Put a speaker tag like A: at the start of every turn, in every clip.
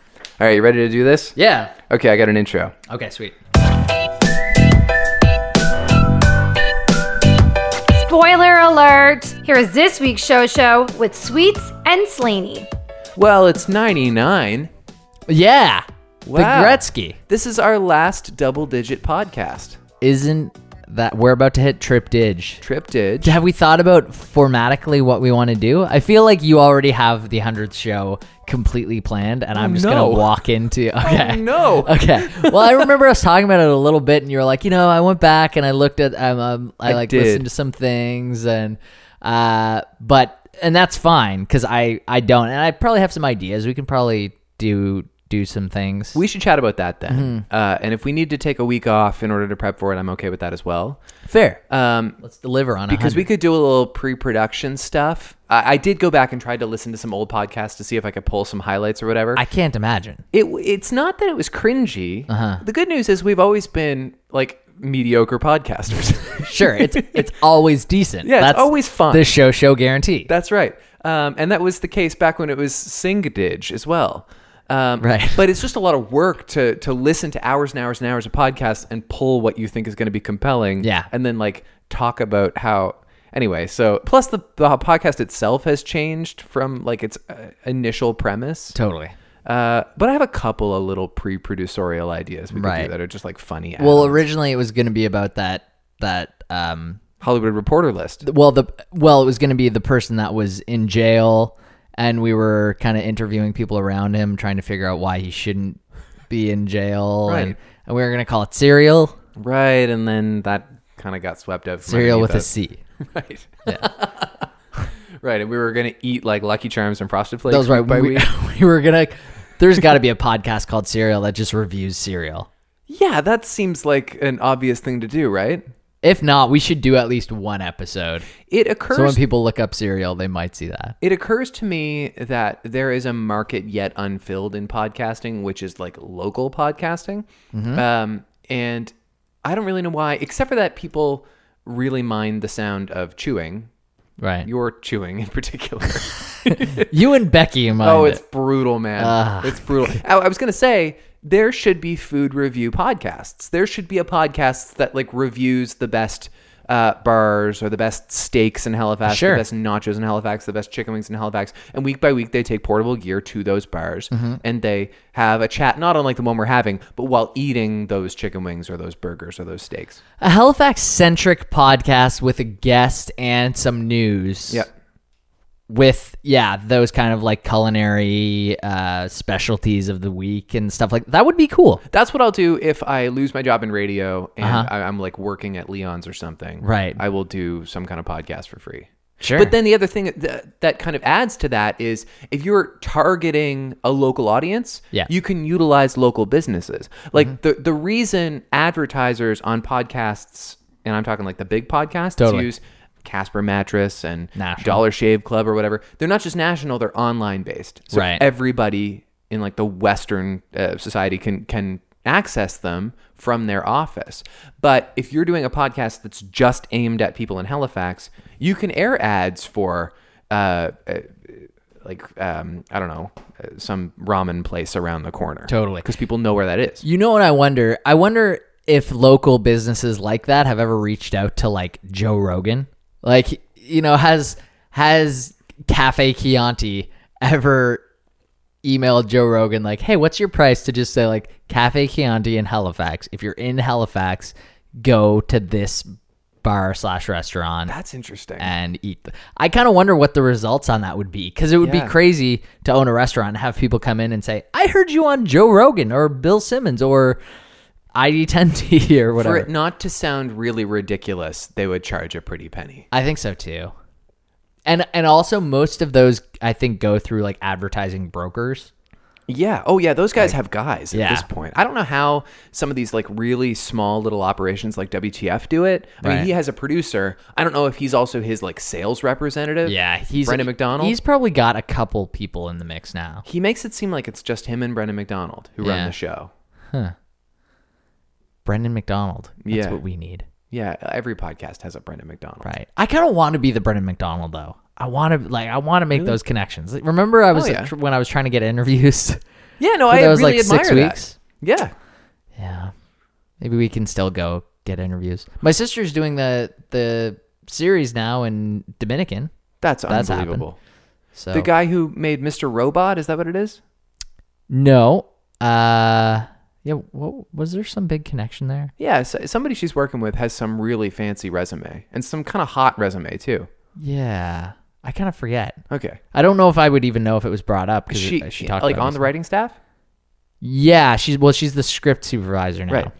A: All right, you ready to do this?
B: Yeah.
A: Okay, I got an intro.
B: Okay, sweet.
C: Spoiler alert! Here is this week's show show with Sweets and Slaney.
A: Well, it's 99.
B: Yeah.
A: Wow.
B: The Gretzky.
A: This is our last double digit podcast.
B: Isn't that we're about to hit trip dig.
A: Trip Dig.
B: Have we thought about formatically what we want to do? I feel like you already have the 100th show completely planned and I'm just
A: no. Um,
B: going to walk into Okay.
A: Oh, no.
B: Okay. Well, I remember us talking about it a little bit, and you were like, you know, I went back and I looked at, um, um, I,
A: I
B: like
A: did.
B: listened to some things, and uh, but and that's fine because I I don't, and I probably have some ideas. We can probably do do some things.
A: We should chat about that then. Uh, and if we need to take a week off in order to prep for it, I'm okay with that as well.
B: Fair.
A: Um,
B: Let's deliver on
A: because we could do a little pre-production stuff. I, I did go back and tried to listen to some old podcasts to see if I could pull some highlights or whatever.
B: I can't imagine.
A: it it's not that it was cringy. The good news is we've always been like mediocre podcasters.
B: Sure, it's it's always decent.
A: Yeah, it's always fun.
B: The show show guarantee.
A: That's right. Um, and that was the case back when it was Singdidge as well. Um,
B: Right.
A: But it's just a lot of work to to listen to hours and hours and hours of podcasts and pull what you think is going to be compelling.
B: Yeah.
A: And then like talk about how. Anyway, so plus the, the podcast itself has changed from like its uh, initial premise.
B: totally.
A: Uh, but I have a couple of little pre-producerial ideas we could do
B: Right.
A: that are just like funny.
B: Well,
A: add-ons.
B: originally it was going to be about that that um
A: Hollywood Reporter list.
B: well the well it was going to be the person that was in jail and we were kind of interviewing people around him trying to figure out why he shouldn't be in jail
A: Right.
B: and, and we were going to call it serial
A: Right, and then that kind of got swept up. from
B: serial with
A: underneath
B: a
A: us.
B: c
A: Right. right. And we were going to eat like Lucky Charms and Frosted Flakes.
B: that was right
A: week By
B: we,
A: week.
B: we were going to there's got to be a podcast called serial that just reviews serial
A: Yeah, that seems like an obvious thing to do, right?
B: if not we should do at least one episode
A: It
B: so when
A: occurs.
B: people look up serial they might see that
A: it occurs to me that there is a market yet unfilled in podcasting, which is like local podcasting.
B: Mm-hmm.
A: Um, and I don't really know why, except for that people really mind the sound of chewing,
B: right you,
A: your chewing in particular.
B: and becky in mind
A: Oh, it's brutal, man. It's brutal. I, I was gonna say there should be food review podcasts. There should be a podcast that like reviews the best uh, bars or the best steaks in Halifax,
B: Sure.
A: the best nachos in Halifax, the best chicken wings in Halifax. And week by week, they take portable gear to those bars
B: Mm-hmm.
A: and they have a chat, not unlike the one we're having, but while eating those chicken wings or those burgers or those steaks.
B: a halifax centric podcast with a guest and some news
A: Yep.
B: with yeah those kind of like culinary uh specialties of the week and stuff like that would be cool
A: That's what I'll do if I lose my job in radio and
B: Uh-huh.
A: I, I'm like working at Leon's or something.
B: Right.
A: I will do some kind of podcast for free.
B: sure
A: But then the other thing that, that kind of adds to that is if you're targeting a local audience,
B: Yeah. Mm-hmm.
A: you can utilize local businesses. Like the the reason advertisers on podcasts, and I'm talking like the big podcasts,
B: Totally.
A: use Casper Mattress and
B: National.
A: Dollar Shave Club or whatever, they're not just national; they're online based. So
B: Right.
A: everybody in like the Western uh, society can can access them from their office. But if you're doing a podcast that's just aimed at people in Halifax, you can air ads for. Uh, uh, like um, I don't know, uh, some ramen place around the corner.
B: Totally.
A: because people know where that is.
B: you know what i wonder i wonder if local businesses like that have ever reached out to like joe rogan like you know has has cafe chianti ever emailed joe rogan like hey what's your price to just say like cafe chianti in halifax if you're in halifax go to this bar slash restaurant
A: That's interesting.
B: and eat. th- I kind of wonder what the results on that would be because it would
A: Yeah.
B: be crazy to own a restaurant and have people come in and say, "I heard you on Joe Rogan or Bill Simmons or ID10T or
A: For
B: whatever."
A: it not to sound really ridiculous, they would charge a pretty penny.
B: I think so too. And and also most of those I think go through like advertising brokers.
A: Yeah. Oh, yeah. Those guys have guys at
B: Yeah.
A: this point. I don't know how some of these like really small little operations like WTF do it. I mean,
B: Right.
A: he has a producer. I don't know if he's also his like sales representative.
B: Yeah, he's
A: Brendan McDonald.
B: He's probably got a couple people in the mix now.
A: he makes it seem like it's just him and Brendan McDonald who run
B: Yeah.
A: the show.
B: Brendan McDonald. That's
A: Yeah.
B: what we need.
A: Yeah. Every podcast has a Brendan McDonald.
B: Right. I kind of want to be the Brendan McDonald though. I want to like I want to make those connections. Like, remember I was
A: Oh,
B: uh,
A: yeah.
B: tr- when I was trying to get interviews.
A: Yeah, no,
B: for
A: I
B: those
A: really
B: like
A: admire
B: six
A: that.
B: weeks.
A: Yeah.
B: Yeah, maybe we can still go get interviews. My sister's doing the the series now in Dominican.
A: That's,
B: That's happened.
A: unbelievable.
B: So
A: The guy who made Mr. Robot, is that what it is?
B: no, uh, yeah. What, was there some big connection there?
A: Yeah, so somebody she's working with has some really fancy resume and some kind of hot resume too.
B: Yeah, I kind of forget.
A: Okay.
B: I don't know if I would even know if it was brought up because
A: She,
B: she, she talked
A: like
B: about
A: on
B: this.
A: the writing staff?
B: Yeah, she's well, she's the script supervisor now.
A: Right.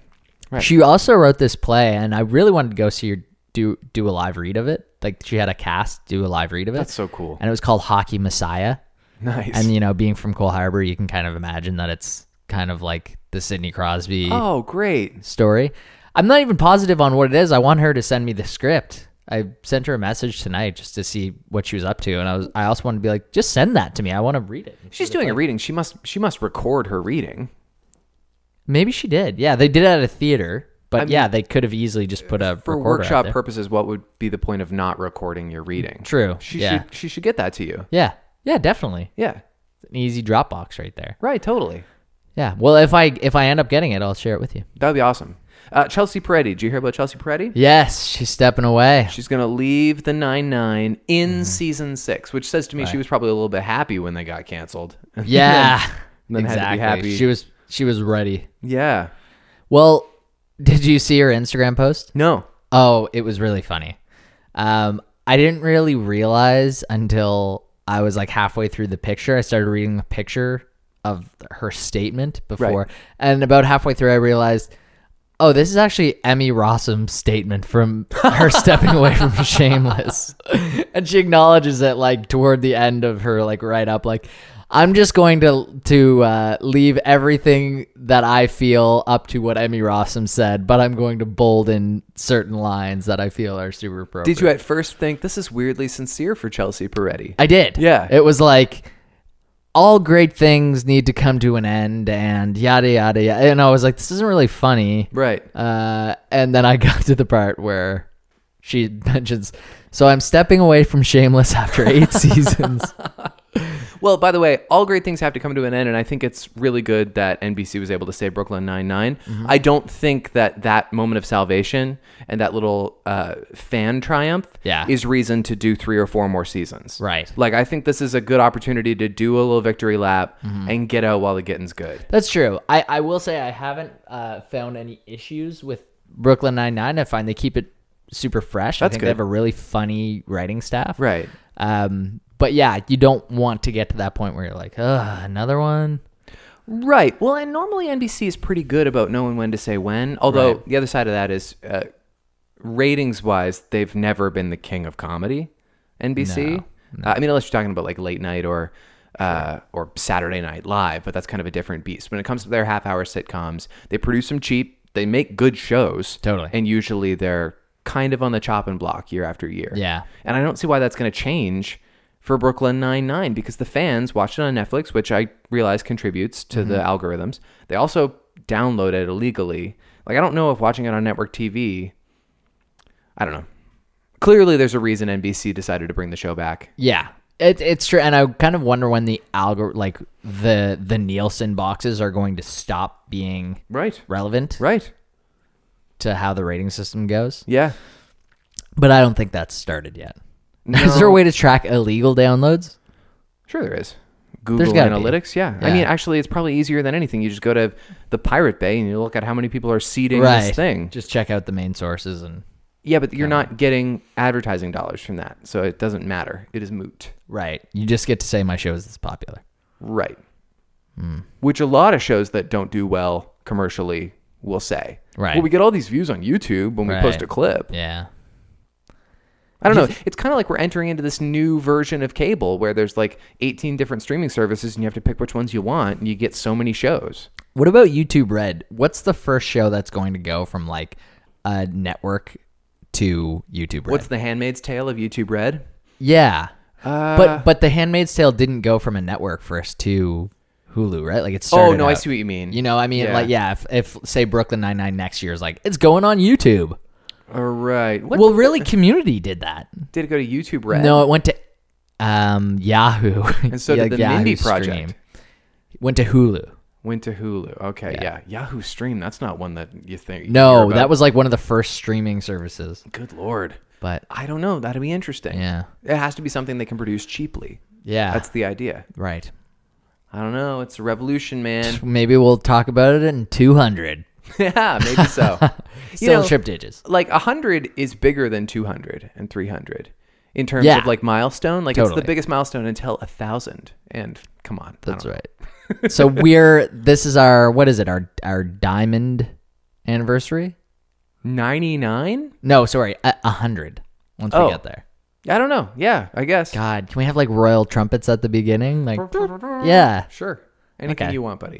A: Right.
B: She also wrote this play, and I really wanted to go see her do do a live read of it. Like she had a cast do a live read of it,
A: That's so cool.
B: and it was called Hockey Messiah.
A: Nice.
B: And you know, being from Cole Harbor, you can kind of imagine that it's kind of like the Sidney Crosby
A: oh, great.
B: story. I'm not even positive on what it is. I want her to send me the script. I sent her a message tonight just to see what she was up to, and I was I also wanted to be like, just send that to me. I want to read it.
A: She's doing a reading. She must she must record her reading.
B: Maybe she did. Yeah, they did it at a theater, but
A: I mean,
B: yeah, they could have easily just put a
A: For
B: recorder out
A: workshop
B: there.
A: purposes, what would be the point of not recording your reading?
B: True.
A: She
B: yeah.
A: should she should get that to you.
B: Yeah. Yeah. Definitely.
A: Yeah.
B: It's an easy Dropbox right there.
A: Right, totally.
B: Yeah. Well, if I if I end up getting it, I'll share it with you.
A: That would be awesome. Uh, Chelsea Peretti. Did you hear about Chelsea Peretti?
B: Yes, she's stepping away.
A: She's going to leave the 9 9 in season six, which says to me she was probably a little bit happy when they got canceled. And
B: Yeah.
A: then had to be
B: exactly.
A: happy.
B: She was she was ready.
A: then- yeah.
B: Well, did you see her Instagram post?
A: No.
B: Oh, it was really funny. Um, I didn't really realize until I was like halfway through the picture. I started reading the picture of her statement before, and about halfway through, I realized, oh, this is actually Emmy Rossum's statement from her stepping away from Shameless, and she acknowledges it like toward the end of her like write up, like. I'm just going to to uh, leave everything that I feel up to what Emmy Rossum said, but I'm going to bold in certain lines that I feel are super appropriate.
A: Did you at first think this is weirdly sincere for Chelsea Peretti?
B: I did.
A: Yeah.
B: It was like all great things need to come to an end and yada yada yada. And I was like, this isn't really funny.
A: Right.
B: Uh, and then I got to the part where she mentions, so I'm stepping away from Shameless after eight seasons.
A: Well, by the way, all great things have to come to an end, and I think it's really good that NBC was able to say Brooklyn Nine
B: Mm-hmm.
A: I don't think that that moment of salvation and that little uh, fan triumph
B: Yeah.
A: is reason to do three or four more seasons.
B: Right.
A: Like I think this is a good opportunity to do a little victory lap
B: Mm-hmm.
A: and get out while the getting's good.
B: That's true. I, I will say I haven't uh, found any issues with Brooklyn Nine Nine. I find they keep it super fresh. I
A: That's
B: think
A: good.
B: they have a really funny writing staff.
A: Right.
B: Um, but yeah, you don't want to get to that point where you're like, ugh, another one.
A: Right. Well, and normally NBC is pretty good about knowing when to say when. Although
B: Right.
A: the other side of that is, uh, ratings wise, they've never been the king of comedy. NBC. Uh, I mean, unless you're talking about like late night or uh, or Saturday Night Live, but that's kind of a different beast. When it comes to their half hour sitcoms, they produce some cheap. They make good shows.
B: Totally.
A: And usually they're kind of on the chopping block year after year.
B: Yeah.
A: And I don't see why that's going to change for Brooklyn Nine Nine because the fans watch it on Netflix, which I realize contributes to
B: Mm-hmm.
A: the algorithms. They also download it illegally. Like I don't know if watching it on network TV. I don't know. Clearly, there's a reason NBC decided to bring the show back.
B: Yeah. It, it's true. And I kind of wonder when the algor like the the Nielsen boxes are going to stop being
A: Right.
B: relevant
A: Right.
B: to how the rating system goes.
A: Yeah.
B: But I don't think that's started yet. Is there a way to track illegal downloads?
A: Sure, there is. Google
B: gotta be.
A: Analytics, yeah. I
B: Yeah.
A: mean, actually, it's probably easier than anything. You just go to the Pirate Bay and you look at how many people are seeding this thing.
B: Just check out the main sources and
A: Yeah, but you're not getting advertising dollars from that, so it doesn't matter. It is moot.
B: right. You just get to say my show is this popular.
A: Right.
B: Hmm.
A: Which a lot of shows that don't do well commercially will say.
B: Right.
A: Well, we get all these views on YouTube when we post
B: Right.
A: a clip.
B: Yeah.
A: I don't know. It's kind of like we're entering into this new version of cable where there's like 18 different streaming services and you have to pick which ones you want and you get so many shows.
B: What about YouTube Red? What's the first show that's going to go from like a network to YouTube Red?
A: What's The Handmaid's Tale of YouTube Red?
B: yeah.
A: Uh,
B: but but The Handmaid's Tale didn't go from a network first to Hulu, right? Like it started
A: Oh, no, I
B: out-
A: see what you mean.
B: You know, I mean
A: Yeah.
B: like yeah, if, if say Brooklyn 99 next year is like it's going on YouTube.
A: All right. What
B: Well, really Community did that.
A: did it go to YouTube Red?
B: No, it went to um, Yahoo.
A: And so
B: Yeah,
A: did the Mindy project.
B: Went to Hulu.
A: Went to Hulu. Okay, yeah. Yahoo Stream. That's not one that you think. you hear
B: No,
A: about.
B: that was like one of the first streaming services.
A: Good lord.
B: But
A: I don't know. That'd be interesting.
B: yeah,
A: It has to be something they can produce cheaply.
B: yeah,
A: That's the idea.
B: right.
A: I don't know. It's a revolution, man.
B: Maybe we'll talk about it in 200.
A: yeah, maybe so. You
B: Still
A: know,
B: trip digits.
A: like 100 is bigger than 200 and 300 in terms
B: Yeah.
A: of like milestone. Like it's
B: Totally.
A: the biggest milestone until 1,000. And come on. I
B: That's
A: don't-
B: right. so we're this is our what is it? Our our diamond anniversary?
A: 99?
B: No, sorry, a, a hundred. Once
A: Oh.
B: we get there.
A: I don't know. Yeah, I guess.
B: God, can we have like royal trumpets at the beginning? Like, yeah,
A: Sure. Anything
B: Okay.
A: you want, buddy.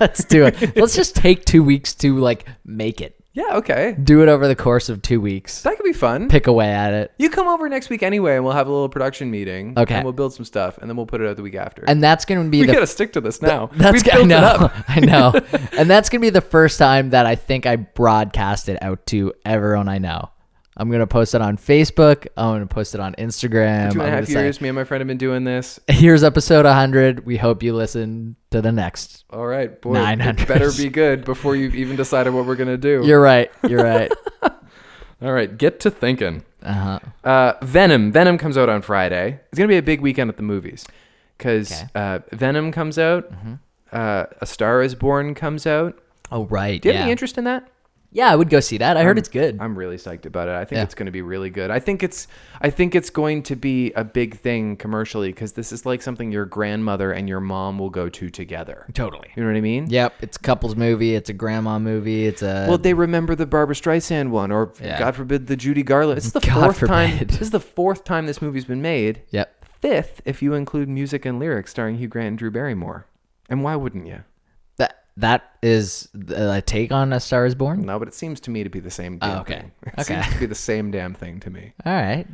B: let's do it. Let's just take two weeks to like make it.
A: yeah, okay.
B: Do it over the course of two weeks.
A: That could be fun.
B: Pick away at it,
A: You come over next week anyway, and we'll have a little production meeting.
B: Okay.
A: And we'll build some stuff, and then we'll put it out the week after.
B: and that's gonna be
A: we
B: the
A: gotta stick to this now.
B: That's
A: We've built
B: I
A: it
B: know,
A: up.
B: I know, and that's gonna be the first time that I think I broadcast it out to everyone I know. I'm gonna post it on Facebook. I'm gonna post it on Instagram.
A: Two and
B: I'm
A: a half
B: gonna say,
A: years. Me and my friend have been doing this.
B: Here's episode 100. We hope you listen to the next.
A: All right, boy.
B: 900.
A: It better be good before you've even decided what we're gonna do.
B: You're right. You're right.
A: All right, get to thinking.
B: Uh huh.
A: Uh, Venom. Venom comes out on Friday. It's gonna be a big weekend at the movies because
B: Okay. Mm-hmm.
A: uh, Venom comes out. Uh, a Star Is Born comes out.
B: Oh right.
A: Do you
B: yeah.
A: have any interest in that?
B: yeah, I would go see that. I heard it's good.
A: I'm really psyched about it. I think
B: Yeah.
A: it's going to be really good. I think it's I think it's going to be a big thing commercially because this is like something your grandmother and your mom will go to together.
B: totally.
A: You know what I mean?
B: Yep. It's a couples movie. It's a grandma movie. It's a
A: Well, they remember the Barbara Streisand one, or
B: Yeah.
A: God forbid, the Judy Garland. It's the
B: God
A: fourth time.
B: forbid.
A: This is the fourth time this movie's been made.
B: yep.
A: Fifth, if you include music and lyrics starring Hugh Grant and Drew Barrymore. And why wouldn't you?
B: That that is a take on A Star Is Born.
A: No, but it seems to me to be the same. Damn
B: Oh, okay.
A: thing. It
B: Okay.
A: seems to be the same damn thing to me.
B: All right.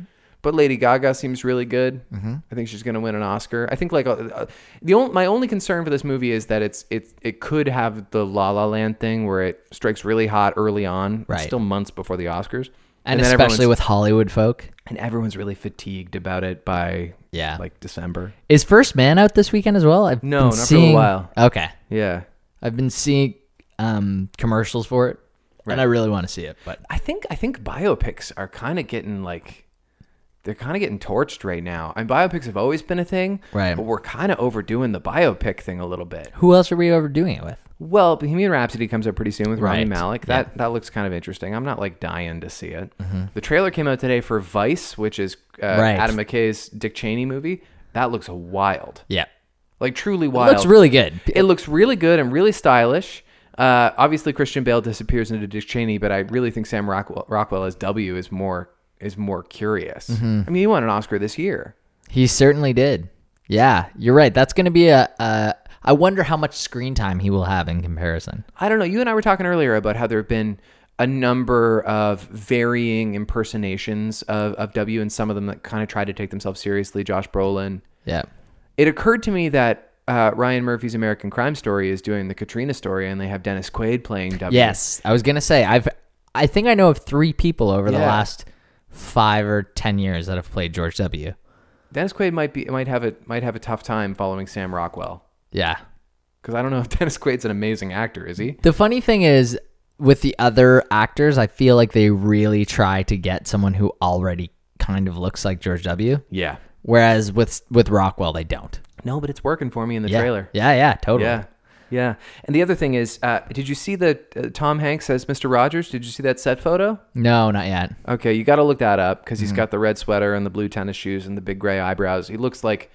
A: But Lady Gaga seems really good. I think she's going to win an Oscar. I think like uh, uh, the only, my only concern for this movie is that it's it it could have the La La Land thing where it strikes really hot early on, It's
B: Right.
A: still months before the Oscars,
B: And,
A: then
B: especially
A: everyone's-
B: with Hollywood folk.
A: and everyone's really fatigued about it by
B: Yeah.
A: like December.
B: Is First Man out this weekend as well?
A: No,
B: I've been
A: not for a
B: seeing-
A: while.
B: Okay,
A: Yeah,
B: I've been seeing um, commercials for it, and I really want to see it. But
A: I think I think biopics are kind of getting like they're kind of getting torched right now. And biopics have always been a thing,
B: Right.
A: But we're kind of overdoing the biopic thing a little bit.
B: who else are we overdoing it with?
A: Well, Bohemian Rhapsody comes out pretty soon with Rami
B: Right.
A: Malik. That that looks kind of interesting. I'm not like dying to see it. The trailer came out today for Vice, which is uh,
B: Mm-hmm. Right.
A: Adam McKay's Dick Cheney movie. That looks wild,
B: Yeah,
A: like truly
B: it
A: wild.
B: looks really good.
A: It looks really good and really stylish. Uh, obviously, Christian Bale disappears into Dick Cheney, but I really think Sam Rockwell, Rockwell as W is more is more curious.
B: Mm-hmm.
A: I mean, he won an Oscar this year.
B: He certainly did. Yeah, you're right. That's going to be a. a I wonder how much screen time he will have in comparison.
A: I don't know. You and I were talking earlier about how there have been a number of varying impersonations of, of W, and some of them that kind of tried to take themselves seriously. Josh Brolin.
B: Yeah,
A: It occurred to me that uh, Ryan Murphy's American Crime Story is doing the Katrina story, and they have Dennis Quaid playing W.
B: Yes, I was gonna say I've I think I know of three people over the
A: Yeah.
B: last five or ten years that have played George W.
A: Dennis Quaid might be might have a might have a tough time following Sam Rockwell.
B: Yeah.
A: Because I don't know if Dennis Quaid's an amazing actor, is he?
B: The funny thing is with the other actors, I feel like they really try to get someone who already kind of looks like George W.
A: Yeah.
B: Whereas with with Rockwell, they don't.
A: No, but it's working for me in the
B: Yeah.
A: trailer.
B: Yeah, yeah, totally.
A: Yeah. Yeah. And the other thing is, uh, did you see the uh, Tom Hanks as Mr. Rogers? Did you see that set photo?
B: No, not yet.
A: Okay, you got to look that up because he's
B: Mm-hmm.
A: got the red sweater and the blue tennis shoes and the big gray eyebrows. He looks like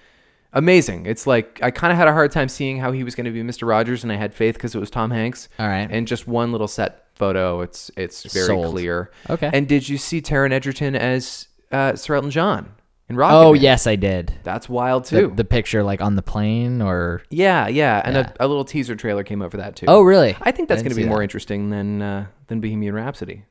A: amazing. It's like I kind of had a hard time seeing how he was going to be Mr. Rogers, and I had faith because it was Tom Hanks.
B: All right.
A: And just one little set photo, it's it's very
B: Sold.
A: clear.
B: Okay.
A: And did you see Taron Egerton as uh, Sir Elton John in Rocket?
B: oh yes, I did.
A: That's wild
B: The,
A: too.
B: the picture like on the plane or
A: yeah, yeah, and
B: Yeah.
A: A, a little teaser trailer came out for that too.
B: Oh really?
A: I think that's going
B: I didn't
A: to be
B: see
A: more
B: that.
A: interesting than uh, than Bohemian Rhapsody.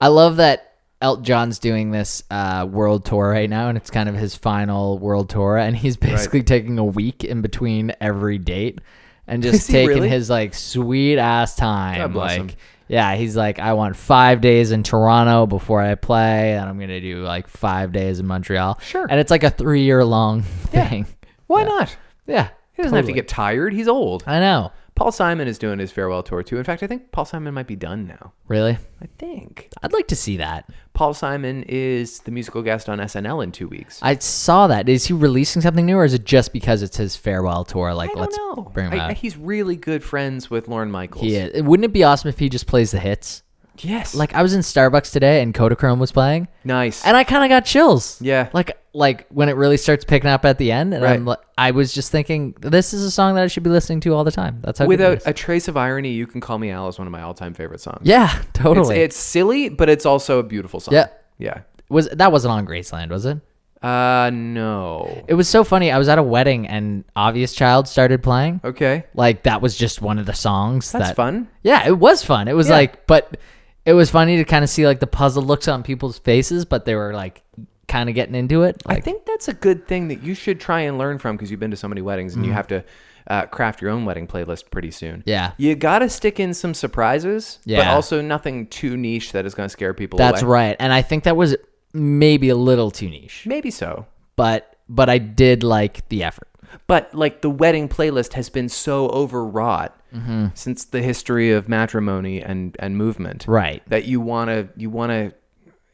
B: I love that Elton John's doing this uh, world tour right now, and it's kind of his final world tour, and he's basically taking a week in between every date. and just
A: Is he
B: taking
A: really?
B: his like sweet ass time.
A: God bless
B: like,
A: him.
B: yeah, he's like, I want five days in Toronto before I play, and I'm gonna do like five days in Montreal.
A: Sure.
B: And it's like a three year long thing.
A: Why not?
B: Yeah.
A: He doesn't have to get tired. He's old.
B: I know.
A: Paul Simon is doing his farewell tour too. In fact, I think Paul Simon might be done now.
B: Really?
A: I think
B: I'd like to see that.
A: Paul Simon is the musical guest on SNL in two weeks.
B: I saw that. Is he releasing something new, or is it just because it's his farewell tour? Like,
A: I don't
B: let's
A: know.
B: bring him
A: I-
B: out.
A: he's really good friends with Lauren Michaels.
B: He is. Wouldn't it be awesome if he just plays the hits?
A: Yes.
B: Like I was in Starbucks today and Kodachrome was playing,
A: nice.
B: and I kind of got chills.
A: Yeah.
B: Like like when it really starts picking up at the end, and I'm
A: Right.
B: like, I was just thinking, this is a song that I should be listening to all the time. That's how. good it
A: Without
B: is.
A: a trace of irony, you can call me Al is one of my all-time favorite songs.
B: yeah,
A: It's,
B: totally.
A: it's silly, but it's also a beautiful song.
B: Yeah.
A: Yeah.
B: was that wasn't on Graceland, was it?
A: Uh, no.
B: It was so funny. I was at a wedding and Obvious Child started playing.
A: Okay.
B: Like that was just one of the songs
A: That's
B: that
A: fun.
B: Yeah, it was fun. It was like, but it was funny to kind of see like the puzzled looks on people's faces, but they were like kind of getting into it.
A: I
B: Like,
A: think that's a good thing that you should try and learn from because you've been to so many weddings and you have to uh, craft your own wedding playlist pretty soon.
B: Mm-hmm. Yeah.
A: You got to stick in some surprises, but
B: Yeah.
A: also nothing too niche that is going to scare people
B: that's
A: away.
B: right. And I think that was maybe a little too niche,
A: Maybe so.
B: but but I did like the effort.
A: But like the wedding playlist has been so overwrought
B: Mm-hmm.
A: since the history of matrimony and, and movement.
B: Right.
A: That you want to you want to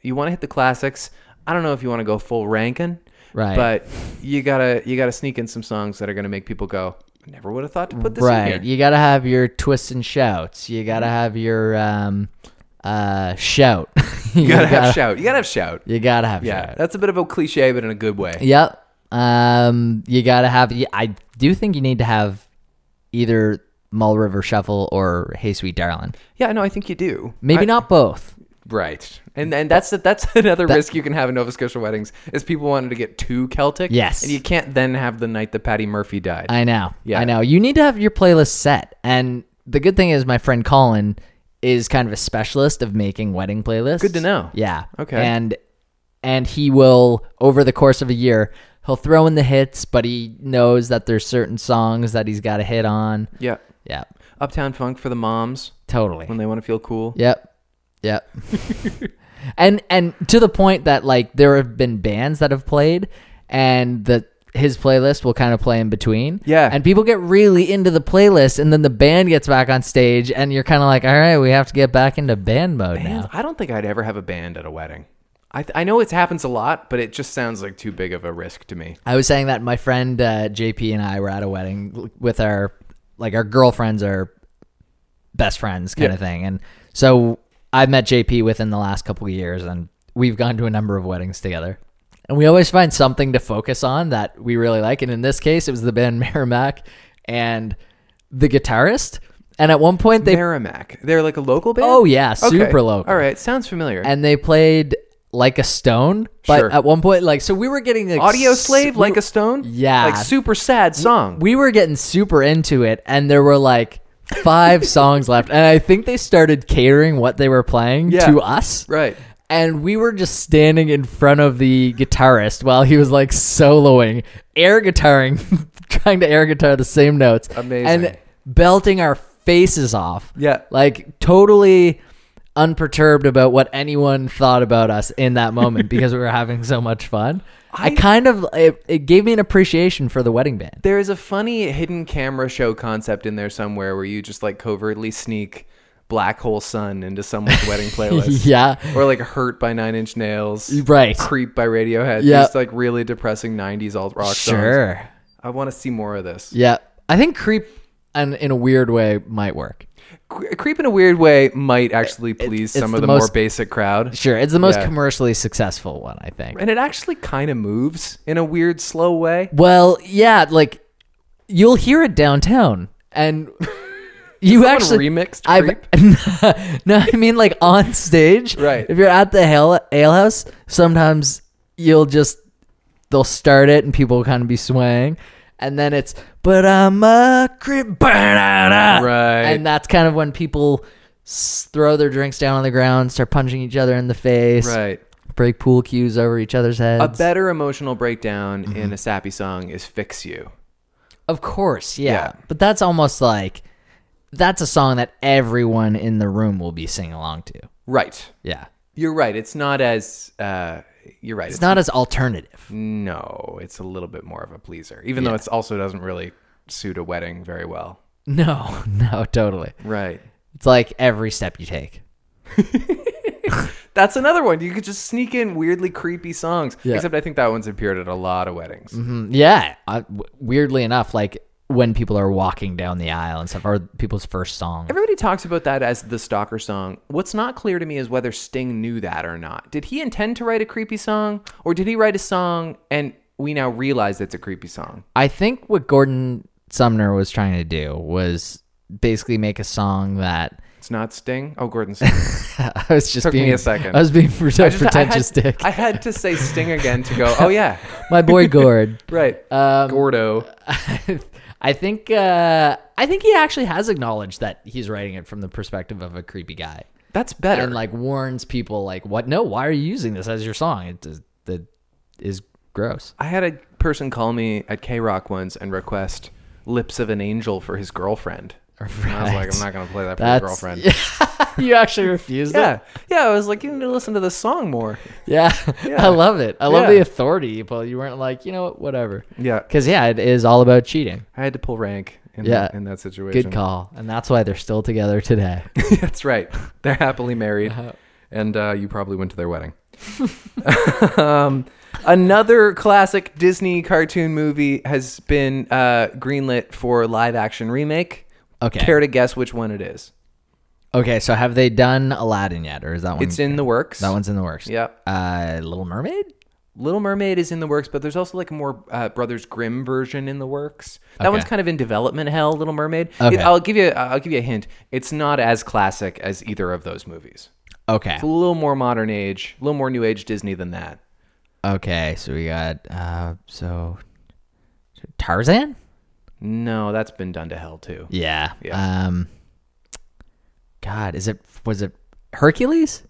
A: you want to hit the classics. I don't know if you want to go full ranking.
B: Right.
A: But you got to you got to sneak in some songs that are going to make people go, I never would have thought to put this Mm-hmm. in here.
B: Right. You got to have your twists and shouts. You got to have your um uh shout.
A: You gotta have shout. You gotta have shout.
B: You got to have
A: Yeah,
B: shout.
A: that's a bit of a cliche, but in a good way.
B: Yep. Um, you gotta have. y- I do think you need to have either Mull River Shuffle or Hey Sweet Darlin.
A: Yeah, no, I think you do.
B: Maybe
A: I-
B: not both.
A: Right, and and that's that's another risk you can have in Nova Scotia weddings is people wanted to get too Celtic.
B: Yes.
A: and you can't then have the night that Patty Murphy died.
B: I know.
A: Yeah.
B: I know. You need to have your playlist set. And the good thing is, my friend Colin is kind of a specialist of making wedding playlists.
A: Good to know.
B: Yeah.
A: Okay.
B: And and he will over the course of a year, he'll throw in the hits, but he knows that there's certain songs that he's got to hit on.
A: yeah,
B: Yeah.
A: Uptown Funk for the moms
B: Totally.
A: when they want to feel cool.
B: Yep. Yep. and and to the point that like there have been bands that have played and that his playlist will kind of play in between.
A: Yeah.
B: And people get really into the playlist and then the band gets back on stage and you're kind of like, "All right, we have to get back into band mode
A: Bands-
B: now."
A: I don't think I'd ever have a band at a wedding. I th- I know it happens a lot, but it just sounds like too big of a risk to me.
B: I was saying that my friend uh, JP and I were at a wedding with our like our girlfriends are best friends kind of thing. And so I've met JP within the last couple of years and we've gone to a number of weddings together. And we always find something to focus on that we really like. And in this case, it was the band Merrimack and the guitarist. And at one point they
A: Merrimack, they're like a local band.
B: Oh yeah,
A: Okay.
B: super local
A: All right, sounds familiar.
B: and they played like a stone. But
A: Sure.
B: at one point, like so, we were getting like,
A: Audio
B: s-
A: Slave,
B: we-
A: Like a Stone?
B: Yeah.
A: Like super sad song.
B: we were getting super into it, and there were like five songs left, and I think they started catering what they were playing
A: Yeah.
B: to us,
A: right.
B: And we were just standing in front of the guitarist while he was like soloing, air guitaring, trying to air guitar the same notes,
A: Amazing.
B: and belting our faces off,
A: Yeah.
B: like totally unperturbed about what anyone thought about us in that moment because we were having so much fun. I,
A: I-
B: kind of it, it gave me an appreciation for the wedding band.
A: There is a funny hidden camera show concept in there somewhere where you just like covertly sneak Black Hole Sun into someone's wedding playlist.
B: Yeah.
A: Or like Hurt by Nine Inch Nails.
B: Right.
A: Creep by Radiohead.
B: Yeah.
A: Just like really depressing 90s alt rock songs.
B: Sure.
A: I want to see more of this.
B: Yeah. I think creep and in a weird way might work.
A: Cre- Creep in a weird way might actually please
B: it's
A: some
B: the
A: of the more
B: most-
A: basic crowd.
B: Sure. It's the most
A: Yeah.
B: commercially successful one, I think.
A: And it actually kind of moves in a weird, slow way.
B: Well, yeah, like you'll hear it downtown and you actually
A: remixed Creep?
B: I've, no, I mean like on stage.
A: Right.
B: If you're at the ale, ale house, sometimes you'll just they'll start it and people will kind of be swaying, and then it's but I'm a crib,
A: Right.
B: and that's kind of when people s- throw their drinks down on the ground, start punching each other in the face,
A: Right.
B: break pool cues over each other's
A: A
B: heads.
A: Mm-hmm. better emotional breakdown in a sappy song is Fix You.
B: Of course, yeah.
A: Yeah.
B: But that's almost like that's a song that everyone in the room will be singing along to.
A: Right.
B: Yeah.
A: You're right. It's not as uh, you're right.
B: It's not as alternative.
A: no. It's a little bit more of a pleaser, even though it's also doesn't really suit a wedding very well.
B: No, no, totally.
A: Right.
B: It's like every step you take.
A: That's another one. You could just sneak in weirdly creepy songs.
B: Yeah.
A: Except I think that one's appeared at a lot of weddings.
B: Mm, Yeah. I, w- weirdly enough, like when people are walking down the aisle and stuff, or people's first song.
A: Everybody talks about that as the stalker song. What's not clear to me is whether Sting knew that or not. Did he intend to write a creepy song, or did he write a song and we now realize it's a creepy song?
B: I think what Gordon Sumner was trying to do was basically make a song that
A: It's not Sting. Oh, Gordon. Sting.
B: I was just
A: Took me
B: being
A: a second.
B: I was being
A: I
B: pret-
A: just- I had-
B: pretentious dick.
A: I had to say Sting again to go. Oh yeah,
B: My boy Gord.
A: right.
B: Um,
A: Gordo.
B: I think uh, I think he actually has acknowledged that he's writing it from the perspective of a creepy guy,
A: That's better.
B: and like warns people like, "What? No, why are you using this as your song? It is that is gross."
A: I had a person call me at K Rock once and request "Lips of an Angel" for his girlfriend. And I was like, I'm not gonna play that for your
B: That's-
A: girlfriend. Yeah.
B: Yeah. you actually refused
A: yeah,
B: it.
A: I was like, you need to listen to this song more.
B: Yeah. I love it. I love
A: Yeah.
B: the authority you pull. You weren't like, you know what, whatever.
A: Yeah,
B: Because yeah, it is all about cheating.
A: I had to pull rank. In
B: Yeah.
A: that, in that situation.
B: Good call, and that's why they're still together today.
A: That's right. They're happily married,
B: Uh-huh.
A: and uh, you probably went to their wedding. um, another classic Disney cartoon movie has been uh, greenlit for live action remake.
B: Okay.
A: Care to guess which one it is?
B: okay, so have they done Aladdin yet, or is that one?
A: It's in the works.
B: that one's in the works.
A: Yep.
B: Uh, Little Mermaid.
A: Little Mermaid is in the works, but there's also like a more uh, Brothers Grimm version in the works. That
B: Okay.
A: one's kind of in development hell. Little Mermaid. It-
B: Okay.
A: I'll give you. I'll give you a hint. It's not as classic as either of those movies.
B: Okay.
A: It's a little more modern age, a little more new age Disney than that.
B: Okay, so we got uh so Tarzan?
A: No, that's been done to hell too.
B: Yeah.
A: Yeah.
B: Um God, is it was it Hercules?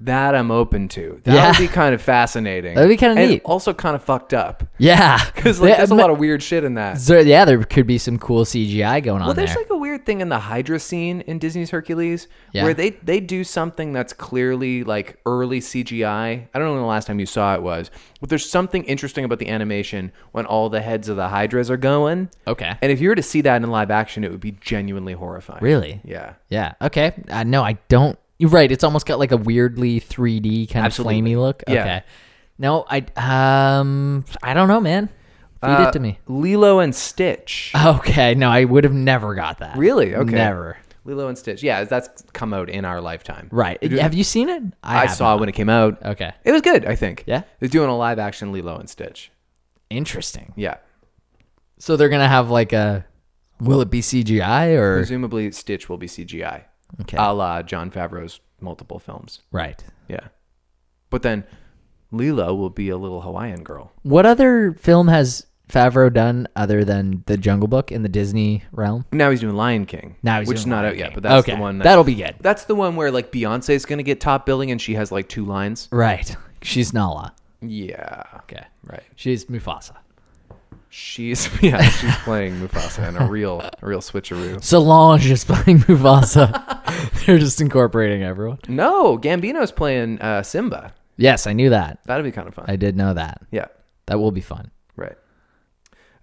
A: That I'm open to. That would
B: Yeah.
A: be kind of fascinating.
B: That'd be kinda
A: And
B: neat.
A: Also, kind of fucked up
B: Yeah.
A: because like, there's a lot of weird shit in that.
B: so, yeah, there could be some cool CGI going on
A: Well, there's
B: there.
A: like a weird thing in the Hydra scene in Disney's Hercules
B: Yeah.
A: where they they do something that's clearly like early CGI. I don't know when the last time you saw it was, but there's something interesting about the animation when all the heads of the Hydras are going.
B: okay.
A: And if you were to see that in live action, it would be genuinely horrifying.
B: Really?
A: Yeah.
B: Yeah. Okay. Uh, no, I don't. You're right. It's almost got like a weirdly 3D kind
A: Absolutely.
B: of flamey look.
A: Yeah.
B: Okay. No, I um I don't know, man. Feed
A: Uh,
B: it to me.
A: Lilo and Stitch.
B: Okay. No, I would have never got that.
A: Really? Okay.
B: Never.
A: Lilo and Stitch. Yeah, that's come out in our lifetime.
B: Right. Have you seen it?
A: I,
B: haven't.
A: saw it when it came out.
B: Okay.
A: It was good, I think.
B: Yeah?
A: They're doing a live action Lilo and Stitch.
B: Interesting.
A: Yeah.
B: So they're gonna have like a will it be CGI or
A: Presumably Stitch will be CGI.
B: okay
A: A la John Favreau's multiple films.
B: right?
A: Yeah. But then Lilo will be a little Hawaiian girl.
B: What other film has Favreau done other than The Jungle Book in the Disney realm?
A: Now he's doing Lion King.
B: Now he's
A: which
B: doing
A: is not
B: Lion
A: out yet,
B: King.
A: but that's
B: Okay,
A: the one that,
B: that'll be good.
A: that's the one where like Beyonce's gonna get top billing and she has like two lines.
B: Right. She's Nala.
A: Yeah.
B: Okay.
A: Right.
B: She's Mufasa.
A: She's yeah, she's playing Mufasa in a real a real switcheroo.
B: Solange is playing Mufasa. they're just incorporating everyone.
A: No, Gambino's playing uh, Simba.
B: Yes, I knew that.
A: That'd be kind of fun.
B: I did know that.
A: yeah,
B: That will be fun.
A: right.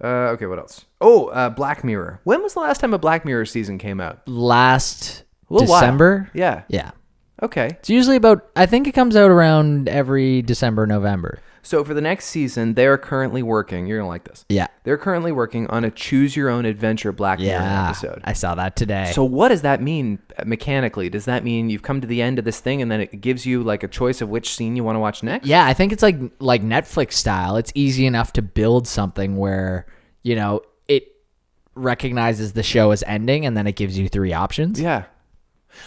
A: Uh, okay, what else? Oh, uh, Black Mirror. When was the last time a Black Mirror season came out?
B: Last
A: A little while.
B: December.
A: Yeah.
B: Yeah.
A: Okay.
B: It's usually about. I think it comes out around every December, November.
A: So for the next season, they are currently working. You're gonna like this.
B: Yeah.
A: They're currently working on a choose your own adventure Black Mirror
B: Yeah,
A: episode.
B: I saw that today.
A: so what does that mean uh, mechanically? Does that mean you've come to the end of this thing and then it gives you like a choice of which scene you want to watch next?
B: yeah, I think it's like like Netflix style. It's easy enough to build something where you know it recognizes the show is ending, and then it gives you three options.
A: Yeah.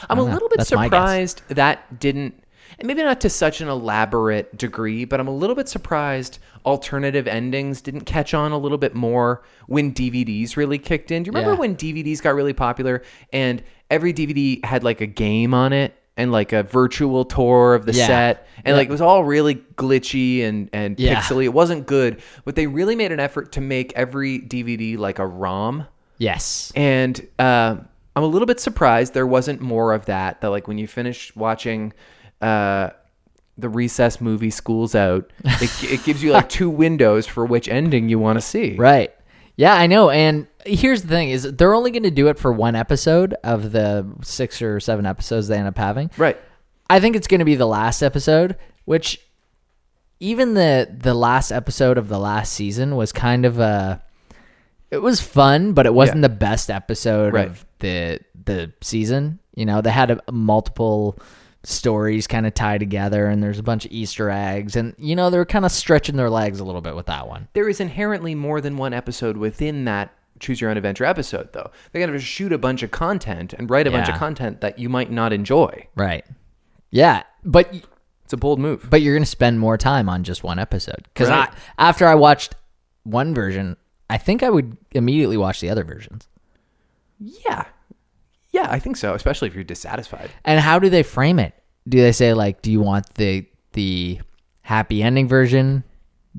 A: I'm a
B: know.
A: little bit
B: Ah, That's my guess.
A: surprised that didn't and maybe not to such an elaborate degree, but I'm a little bit surprised alternative endings didn't catch on a little bit more when DVDs really kicked in. Do you remember
B: Yeah.
A: when DVDs got really popular and every DVD had like a game on it? and like a virtual tour of the
B: Yeah.
A: set and like it was all really glitchy and and
B: Yeah.
A: pixely it wasn't good but they really made an effort to make every dvd like a rom
B: Yes.
A: and uh, I'm a little bit surprised there wasn't more of that. That like when you finish watching uh, the recess movie School's Out, it, it gives you like two windows for which ending you want to see.
B: Right. Yeah, I know. And here's the thing: is they're only going to do it for one episode of the six or seven episodes they end up having.
A: Right.
B: I think it's going to be the last episode, which even the the last episode of the last season was kind of a it was fun, but it wasn't the best episode
A: Right.
B: of the the season. You know, they had a, multiple stories kind of tied together and there's a bunch of easter eggs and you know they were kind of stretching their legs a little bit with that one.
A: There is inherently more than one episode within that choose your own adventure episode though. They got to shoot a bunch of content and write a bunch of
B: Yeah.
A: content that you might not enjoy.
B: Right. Yeah, but
A: It's a bold move.
B: but you're gonna spend more time on just one episode because
A: Right.
B: I after I watched one version, I think I would immediately watch the other versions.
A: yeah. Yeah, I think so, especially if you're dissatisfied.
B: And how do they frame it? Do they say like, do you want the the happy ending version?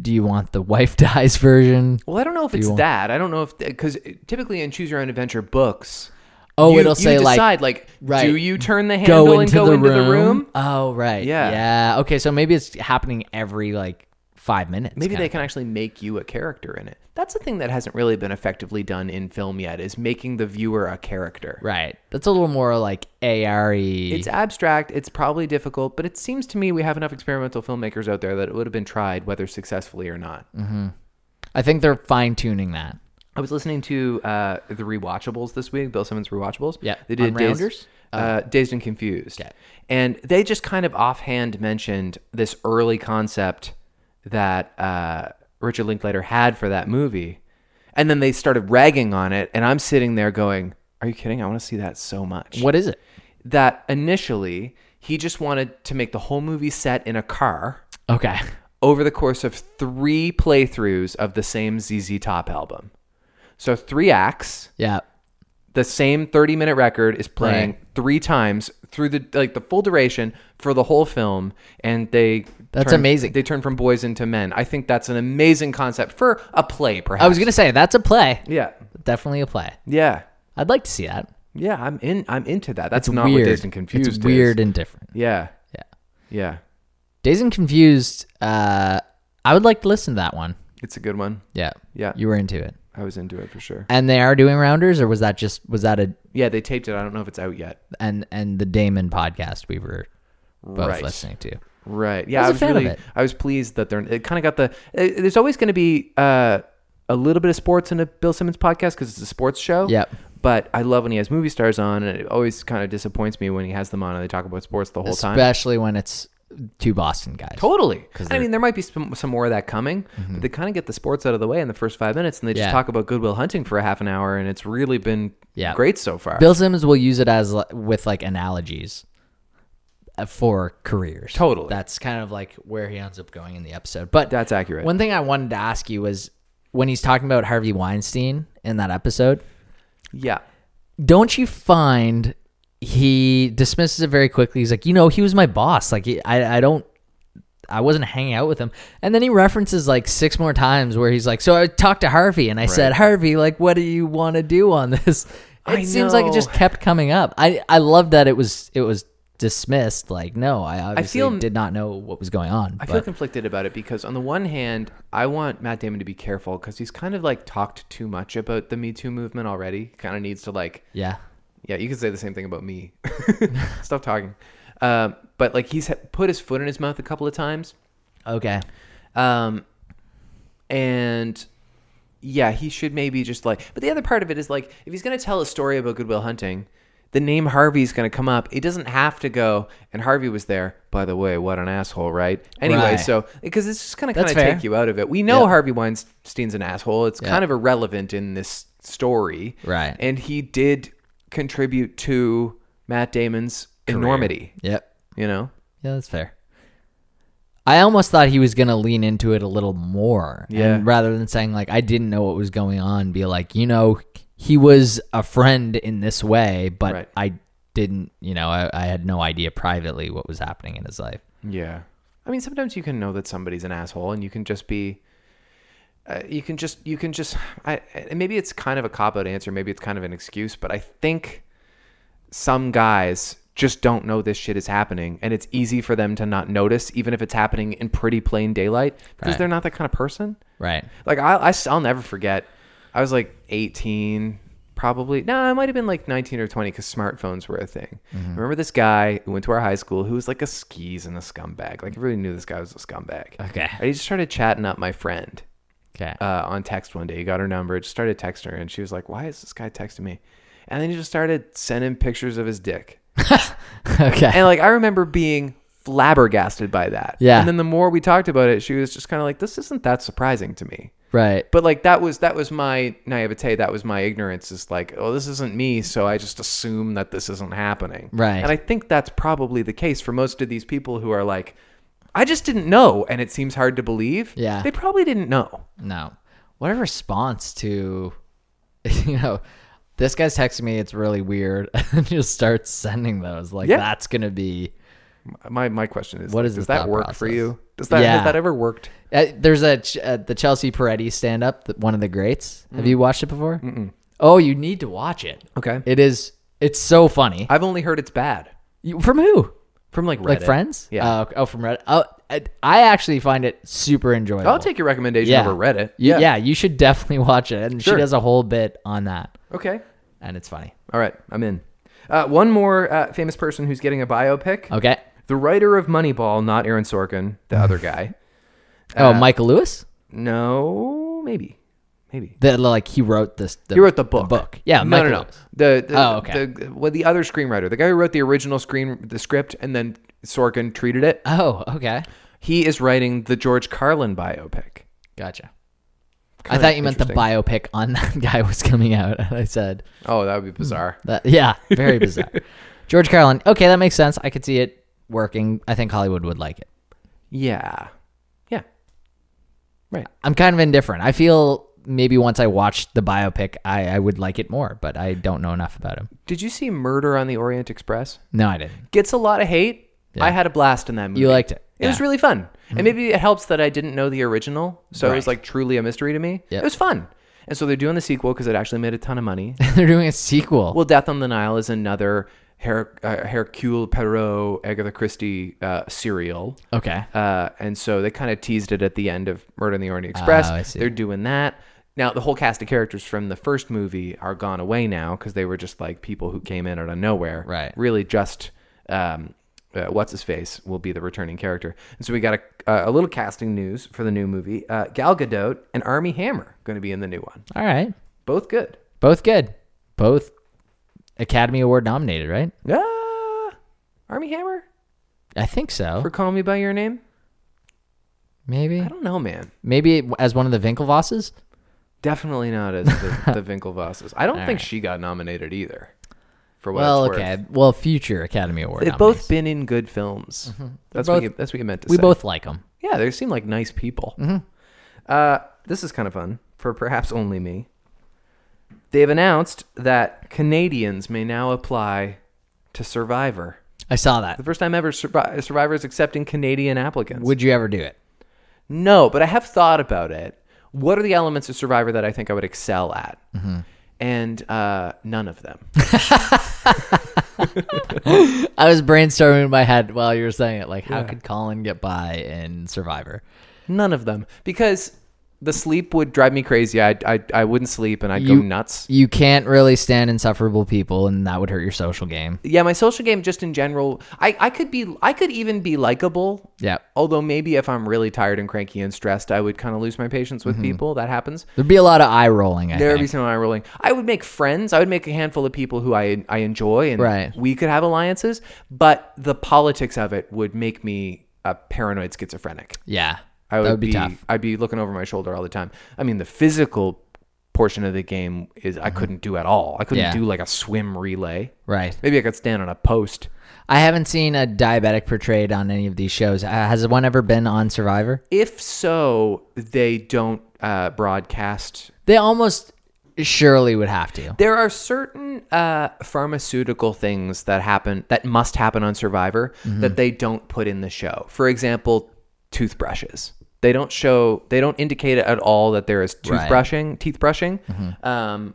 B: Do you want the wife dies version?
A: Well, I don't know if it's that. I don't know if because typically in choose your own adventure books,
B: Oh,
A: you,
B: it'll
A: you
B: say like
A: decide, like,
B: right,
A: do you turn the handle and go into the room?
B: Oh right,
A: Yeah.
B: yeah. Okay, so maybe it's happening every like five minutes.
A: Maybe
B: kinda.
A: they can actually make you a character in it. That's the thing that hasn't really been effectively done in film yet is making the viewer a character.
B: right. That's a little more like ARE.
A: It's abstract, it's probably difficult, but it seems to me we have enough experimental filmmakers out there that it would have been tried whether successfully or not.
B: I think they're fine tuning that.
A: I was listening to uh, the rewatchables this week, Bill Simmons rewatchables.
B: Yeah, Oh.
A: they did
B: on
A: Dazed-
B: Rounders?
A: uh, Dazed and Confused,
B: Okay.
A: and they just kind of offhand mentioned this early concept that uh, Richard Linklater had for that movie, and then they started ragging on it, and I'm sitting there going, "Are you kidding? I want to see that so much."
B: What is it?
A: That initially he just wanted to make the whole movie set in a car
B: Okay.
A: over the course of three playthroughs of the same ZZ Top album. So three acts,
B: Yeah.
A: the same 30 minute record is playing
B: Right.
A: three times through the like the full duration for the whole film and they
B: That's
A: turn-
B: amazing.
A: They turn from boys into men. I think that's an amazing concept for a play perhaps.
B: I was gonna say that's a play.
A: Yeah.
B: Definitely a play.
A: Yeah.
B: I'd like to see that.
A: Yeah, I'm in I'm into that. That's
B: It's
A: not
B: weird.
A: what Dazed and Confused
B: It's
A: is.
B: weird and different.
A: Yeah.
B: Yeah.
A: Yeah.
B: Dazed and Confused. Uh, I would like to listen to that one.
A: It's a good one.
B: Yeah.
A: Yeah.
B: You were into it,
A: I was into it for sure.
B: and they are doing rounders, or was that just was that a
A: Yeah, they taped it. I don't know if it's out yet.
B: and and the Damon podcast we were both
A: Right.
B: listening to.
A: Right. Yeah,
B: was
A: I
B: a
A: was
B: fan of
A: really,
B: it.
A: I was pleased that they're. It kind of got the. It, there's always going to be uh, a little bit of sports in a Bill Simmons podcast because it's a sports show.
B: Yep.
A: But I love when he has movie stars on, and it always kind of disappoints me when he has them on and they talk about sports the whole time.
B: Especially when it's two Boston guys.
A: Totally. I
B: they're- Mm-hmm.
A: mean, there might be some, some more of that coming, but they kind of get the sports out of the way in the first five minutes, and they just
B: Yeah.
A: talk about Goodwill Hunting for a half an hour, and it's really been
B: Yeah.
A: great so far.
B: Bill Simmons will use it as li- with like analogies uh, for careers.
A: Totally.
B: That's kind of like where he ends up going in the episode. But
A: That's accurate.
B: One thing I wanted to ask you was when he's talking about Harvey Weinstein in that episode,
A: yeah.
B: don't you find he dismisses it very quickly? He's like, you know, he was my boss. Like, he- I, I don't, I wasn't hanging out with him. And then he references like six more times where he's like, so I talked to Harvey and I said, Harvey, like, what do you want to do on this? It
A: I
B: seems like it
A: know.
B: just kept coming up. I, I love that it was, it was dismissed. Like, no, I obviously
A: feel-
B: did not know what was going on.
A: I
B: but
A: feel conflicted about it because on the one hand, I want Matt Damon to be careful because he's kind of like talked too much about the Me Too movement already. Kind of needs to like,
B: yeah.
A: yeah, you could say the same thing about me. Stop talking. Um, but like he's ha- put his foot in his mouth a couple of times,
B: Okay.
A: um, and yeah, he should maybe just like. But the other part of it is like, if he's gonna tell a story about Goodwill Hunting. The name Harvey's going to come up. It doesn't have to go. And Harvey was there, by the way. What an asshole, right? Anyway,
B: Right.
A: so because it's just going to kind
B: That's
A: of take
B: fair.
A: you out of it. We know
B: Yeah.
A: Harvey Weinstein's an asshole. It's kind of irrelevant in this story,
B: Right.
A: And he did contribute to Matt Damon's enormity.
B: Yep.
A: You know,
B: Yeah, that's fair. I almost thought he was gonna lean into it a little more,
A: Yeah.
B: And rather than saying like I didn't know what was going on, be like, you know, he was a friend in this way, but
A: Right.
B: I didn't, you know, I, I had no idea privately what was happening in his life.
A: Yeah. I mean, sometimes you can know that somebody's an asshole and you can just be uh, you can just you can just I and maybe it's kind of a cop out answer, maybe it's kind of an excuse, but I think some guys just don't know this shit is happening and it's easy for them to not notice even if it's happening in pretty plain daylight because
B: Right.
A: they're not that kind of person.
B: Right.
A: Like I, I will never forget. I was like 18, probably. No, I might have been like 19 or 20 because smartphones were a thing.
B: Mm-hmm.
A: I remember this guy who went to our high school who was like a skis and a scumbag. Like everybody knew this guy was a scumbag.
B: Okay.
A: I just started chatting up my friend
B: Okay.
A: uh, on text one day. He got her number, just started texting her, and she was like, "Why is this guy texting me?" And then he just started sending pictures of his dick.
B: okay.
A: And like I remember being flabbergasted by that.
B: Yeah.
A: And then the more we talked about it, she was just kind of like, "This isn't that surprising to me."
B: right.
A: but like that was that was my naivete that was my ignorance is like oh this isn't me so i just assume that this isn't happening
B: Right.
A: and i think that's probably the case for most of these people who are like i just didn't know and it seems hard to believe
B: Yeah.
A: they probably didn't know
B: No. What a response to, you know, this guy's texting me. It's really weird. And just starts sending those. Like
A: Yeah.
B: that's gonna be.
A: my my question is
B: What
A: like,
B: is the
A: does that
B: thought
A: work for
B: process?
A: you does that
B: Yeah.
A: has that ever worked
B: Uh, there's a Ch- uh, the Chelsea Peretti stand up, th- one of the greats. Have you watched it before? Oh, you need to watch it.
A: okay
B: It is. It's so funny.
A: i've only heard it's bad
B: You- From who?
A: from like Reddit.
B: Like friends?
A: yeah
B: Oh, okay. oh, from Reddit. Oh, I, I actually find it super enjoyable.
A: i'll take your recommendation over reddit
B: You- yeah. You should definitely watch it. And
A: Sure.
B: she does a whole bit on that,
A: okay
B: and it's funny.
A: all right i'm in uh, one more uh, famous person who's getting a biopic
B: Okay.
A: The writer of Moneyball, not Aaron Sorkin, the other guy. Uh,
B: Oh, Michael Lewis.
A: No, maybe, maybe.
B: That like he wrote this. The,
A: He wrote the book.
B: book. Yeah,
A: No, no,
B: Michael
A: no.
B: Lewis.
A: The, the
B: Oh, okay.
A: The, well, the other screenwriter, the guy who wrote the original screen, the script, and then Sorkin treated it.
B: Oh, okay.
A: He is writing the George Carlin biopic.
B: Gotcha. I thought you meant the
A: interesting.
B: biopic on that guy was coming out. I said
A: Oh, that would
B: Hmm.
A: be bizarre.
B: that. Yeah, very bizarre. George Carlin. Okay, that makes sense. I could see it working. I think Hollywood would like it.
A: Yeah, yeah. Right.
B: I'm kind of indifferent. I feel maybe once I watched the biopic, I, I would like it more, but I don't know enough about him.
A: Did you see Murder on the Orient Express?
B: No, I didn't.
A: Gets a lot of hate. I had a blast in that movie.
B: You liked it.
A: It was
B: Yeah. Mm-hmm.
A: really fun. And maybe it helps that I didn't know the original. So it was like truly a mystery to me. It
B: Yep.
A: was fun. And so they're doing the sequel because it actually made a ton of money.
B: They're doing a sequel.
A: well, Death on the Nile is another Her- uh, Hercule Poirot, Agatha Christie uh, serial.
B: okay.
A: Uh, and so they kind of teased it at the end of Murder on the Orient Express.
B: Oh, I see.
A: They're doing that. Now, the whole cast of characters from the first movie are gone away now because they were just like people who came in out of nowhere.
B: Right.
A: Really, just um, uh, what's his face will be the returning character. And so we got a, uh, a little casting news for the new movie uh, Gal Gadot and Army Hammer going to be in the new one.
B: All right.
A: Both good.
B: Both good. Both Academy Award nominated, right?
A: Ah, Army Hammer
B: I think so.
A: for Call Me By Your Name?
B: maybe.
A: I don't know, man.
B: Maybe as one of the Winklevosses?
A: Definitely not as the, the Winklevosses. I don't think she got nominated either. For what
B: Well,
A: it's
B: okay.
A: worth.
B: Well, future Academy Award.
A: they've
B: nominees.
A: both been in good films. Mm-hmm. That's what
B: both-
A: you, that's what you meant to
B: We
A: say.
B: both like them.
A: yeah, they seem like nice people. Uh, this is kind of fun for perhaps only me. They've announced that Canadians may now apply to Survivor.
B: I saw that.
A: The first time ever, Survi- Survivor is accepting Canadian applicants.
B: Would you ever do it?
A: No, but I have thought about it. What are the elements of Survivor that I think I would excel at? And uh, none of them.
B: I was brainstorming in my head while you were saying it. Like, how could Colin get by in Survivor?
A: none of them. Because the sleep would drive me crazy. I, I, I wouldn't sleep and I'd go
B: You-
A: nuts.
B: You can't really stand insufferable people, and that would hurt your social game.
A: Yeah, my social game just in general, I, I could be I could even be likable.
B: Yeah.
A: Although maybe if I'm really tired and cranky and stressed, I would kind of lose my patience with people. That happens.
B: There'd be a lot of eye rolling. I
A: There would be
B: think.
A: some eye rolling. I would make friends. I would make a handful of people who I I enjoy, and
B: Right.
A: we could have alliances. But the politics of it would make me a paranoid schizophrenic.
B: yeah.
A: I would,
B: that would be,
A: be,
B: tough.
A: I'd be looking over my shoulder all the time. I mean, the physical portion of the game is I couldn't do at all. I couldn't
B: Uh-huh. Yeah.
A: do like a swim relay.
B: Right.
A: Maybe I could stand on a post.
B: I haven't seen a diabetic portrayed on any of these shows. Uh, has one ever been on Survivor?
A: If so, they don't uh, broadcast.
B: They almost surely would have to.
A: There are certain uh, pharmaceutical things that happen that must happen on Survivor
B: Mm-hmm.
A: that they don't put in the show. For example, toothbrushes. They don't show. They don't indicate at all that there is toothbrushing, teeth brushing.
B: Mm-hmm.
A: Um,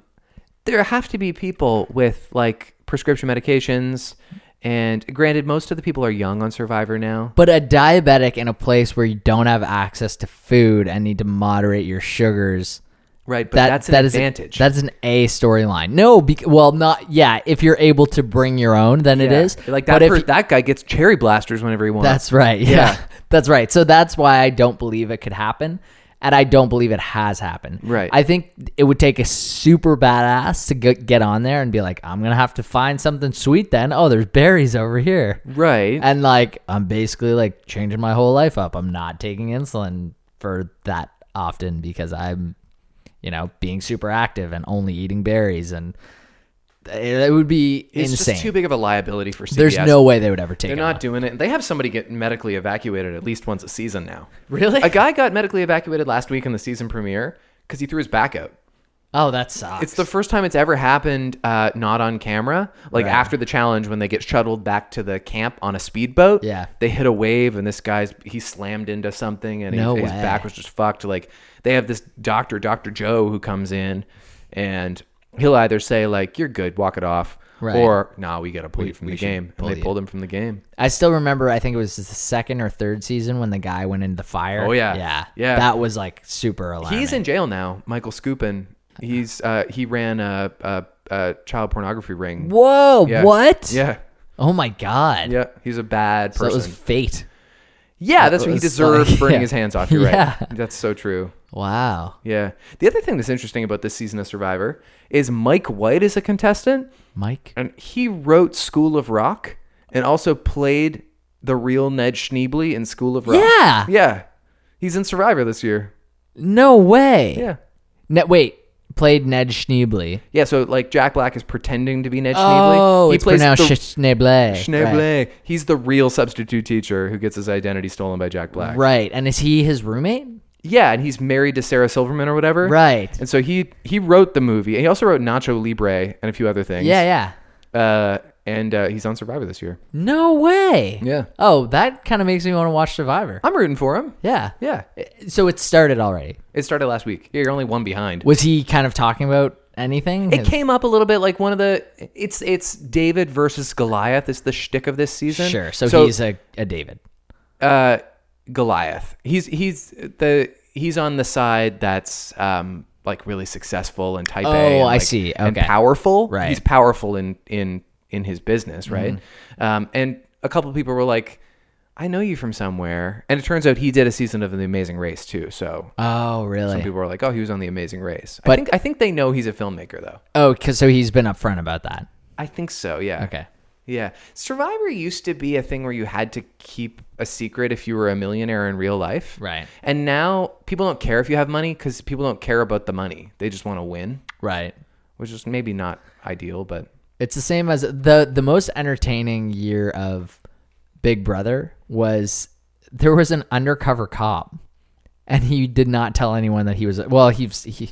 A: there have to be people with like prescription medications, and granted, most of the people are young on Survivor now.
B: But a diabetic in a place where you don't have access to food and need to moderate your sugars.
A: Right, but
B: That,
A: that's an
B: that is a-
A: advantage.
B: that's an A storyline. No, bec well, not yeah. If you're able to bring your own, then it
A: Yeah.
B: is.
A: like that.
B: But if
A: per-
B: you-
A: that guy gets cherry blasters whenever he wants.
B: That's right. Yeah.
A: Yeah.
B: That's right. So that's why I don't believe it could happen. And I don't believe it has happened.
A: Right.
B: I think it would take a super badass to get, get on there and be like, I'm going to have to find something sweet then. Oh, there's berries over here.
A: right.
B: And like, I'm basically like changing my whole life up. I'm not taking insulin for that often because I'm, you know, being super active and only eating berries. And it, it would be
A: it's
B: insane.
A: just too big of a liability for CBS.
B: there's no way they would ever take
A: They're
B: it.
A: not doing it. They have somebody get medically evacuated at least once a season now.
B: Really?
A: A guy got medically evacuated last week in the season premiere because he threw his back out.
B: oh, that sucks.
A: It's the first time it's ever happened, uh, not on camera. Like after the challenge, when they get shuttled back to the camp on a speedboat,
B: Yeah.
A: they hit a wave, and this guy's he slammed into something, and he-
B: No
A: his
B: way.
A: back was just fucked. Like they have this doctor, Doctor Joe, who comes in, and he'll either say like "You're good, walk it off,"
B: Right.
A: or "Nah, we got to pull you from the game," and they pulled him from the game.
B: I still remember. I think it was the second or third season when the guy went into the fire.
A: Oh, yeah.
B: yeah,
A: Yeah.
B: That was like super alarming.
A: He's in jail now, Michael Scoopin. He's uh, he ran a, a, a child pornography ring.
B: Whoa!
A: Yeah.
B: What?
A: Yeah,
B: Oh my god.
A: yeah. He's a bad
B: That
A: person.
B: was fate.
A: yeah, that's what he
B: was
A: deserved
B: like-
A: burning
B: yeah.
A: his hands off. You're
B: Yeah.
A: right. That's so true.
B: Wow.
A: Yeah. The other thing that's interesting about this season of Survivor is Mike White is a contestant,
B: Mike.
A: and he wrote School of Rock and also played the real Ned Schneebly in School of Rock.
B: Yeah.
A: Yeah. He's in Survivor this year.
B: No way.
A: Yeah.
B: Ne- wait. Played Ned Schneebly.
A: Yeah, so like Jack Black is pretending to be Ned Schneebly.
B: Oh,
A: he
B: it's pronounced
A: the-
B: Schneebly. Right.
A: Schneble. He's the real substitute teacher who gets his identity stolen by Jack Black.
B: Right. And is he his roommate?
A: Yeah, and he's married to Sarah Silverman or whatever.
B: Right.
A: And so he he wrote the movie. He also wrote Nacho Libre and a few other things.
B: Yeah. Yeah.
A: Uh, and uh, he's on Survivor this year.
B: No way.
A: Yeah.
B: Oh, that kind of makes me want to watch Survivor.
A: I'm rooting for him.
B: Yeah.
A: Yeah.
B: So it started already.
A: It started last week. Yeah, you're only one behind.
B: Was he kind of talking about anything?
A: It came up a little bit like one of the it's it's David versus Goliath is the shtick of this season.
B: Sure. So, he's a, a David.
A: uh, Goliath. He's he's the he's on the side that's um, like really successful and type A.
B: Oh,
A: and,
B: I
A: like-
B: see.
A: And
B: Okay.
A: powerful.
B: Right.
A: He's powerful in in in his business, right?
B: Mm-hmm.
A: Um, and a couple of people were like, "I know you from somewhere," and it turns out he did a season of The Amazing Race too. So
B: Oh, really?
A: people were like, "Oh, he was on The Amazing Race." I
B: But-
A: think I think they know he's a filmmaker though.
B: Oh, 'cause- so he's been upfront about that.
A: I think so. Yeah.
B: Okay.
A: Yeah. Survivor used to be a thing where you had to keep a secret if you were a millionaire in real life.
B: Right.
A: And now people don't care if you have money because people don't care about the money. They just want to win,
B: Right.
A: which is maybe not ideal, but
B: It's the same as the the most entertaining year of Big Brother was there was an undercover cop and he did not tell anyone that he was well he was- he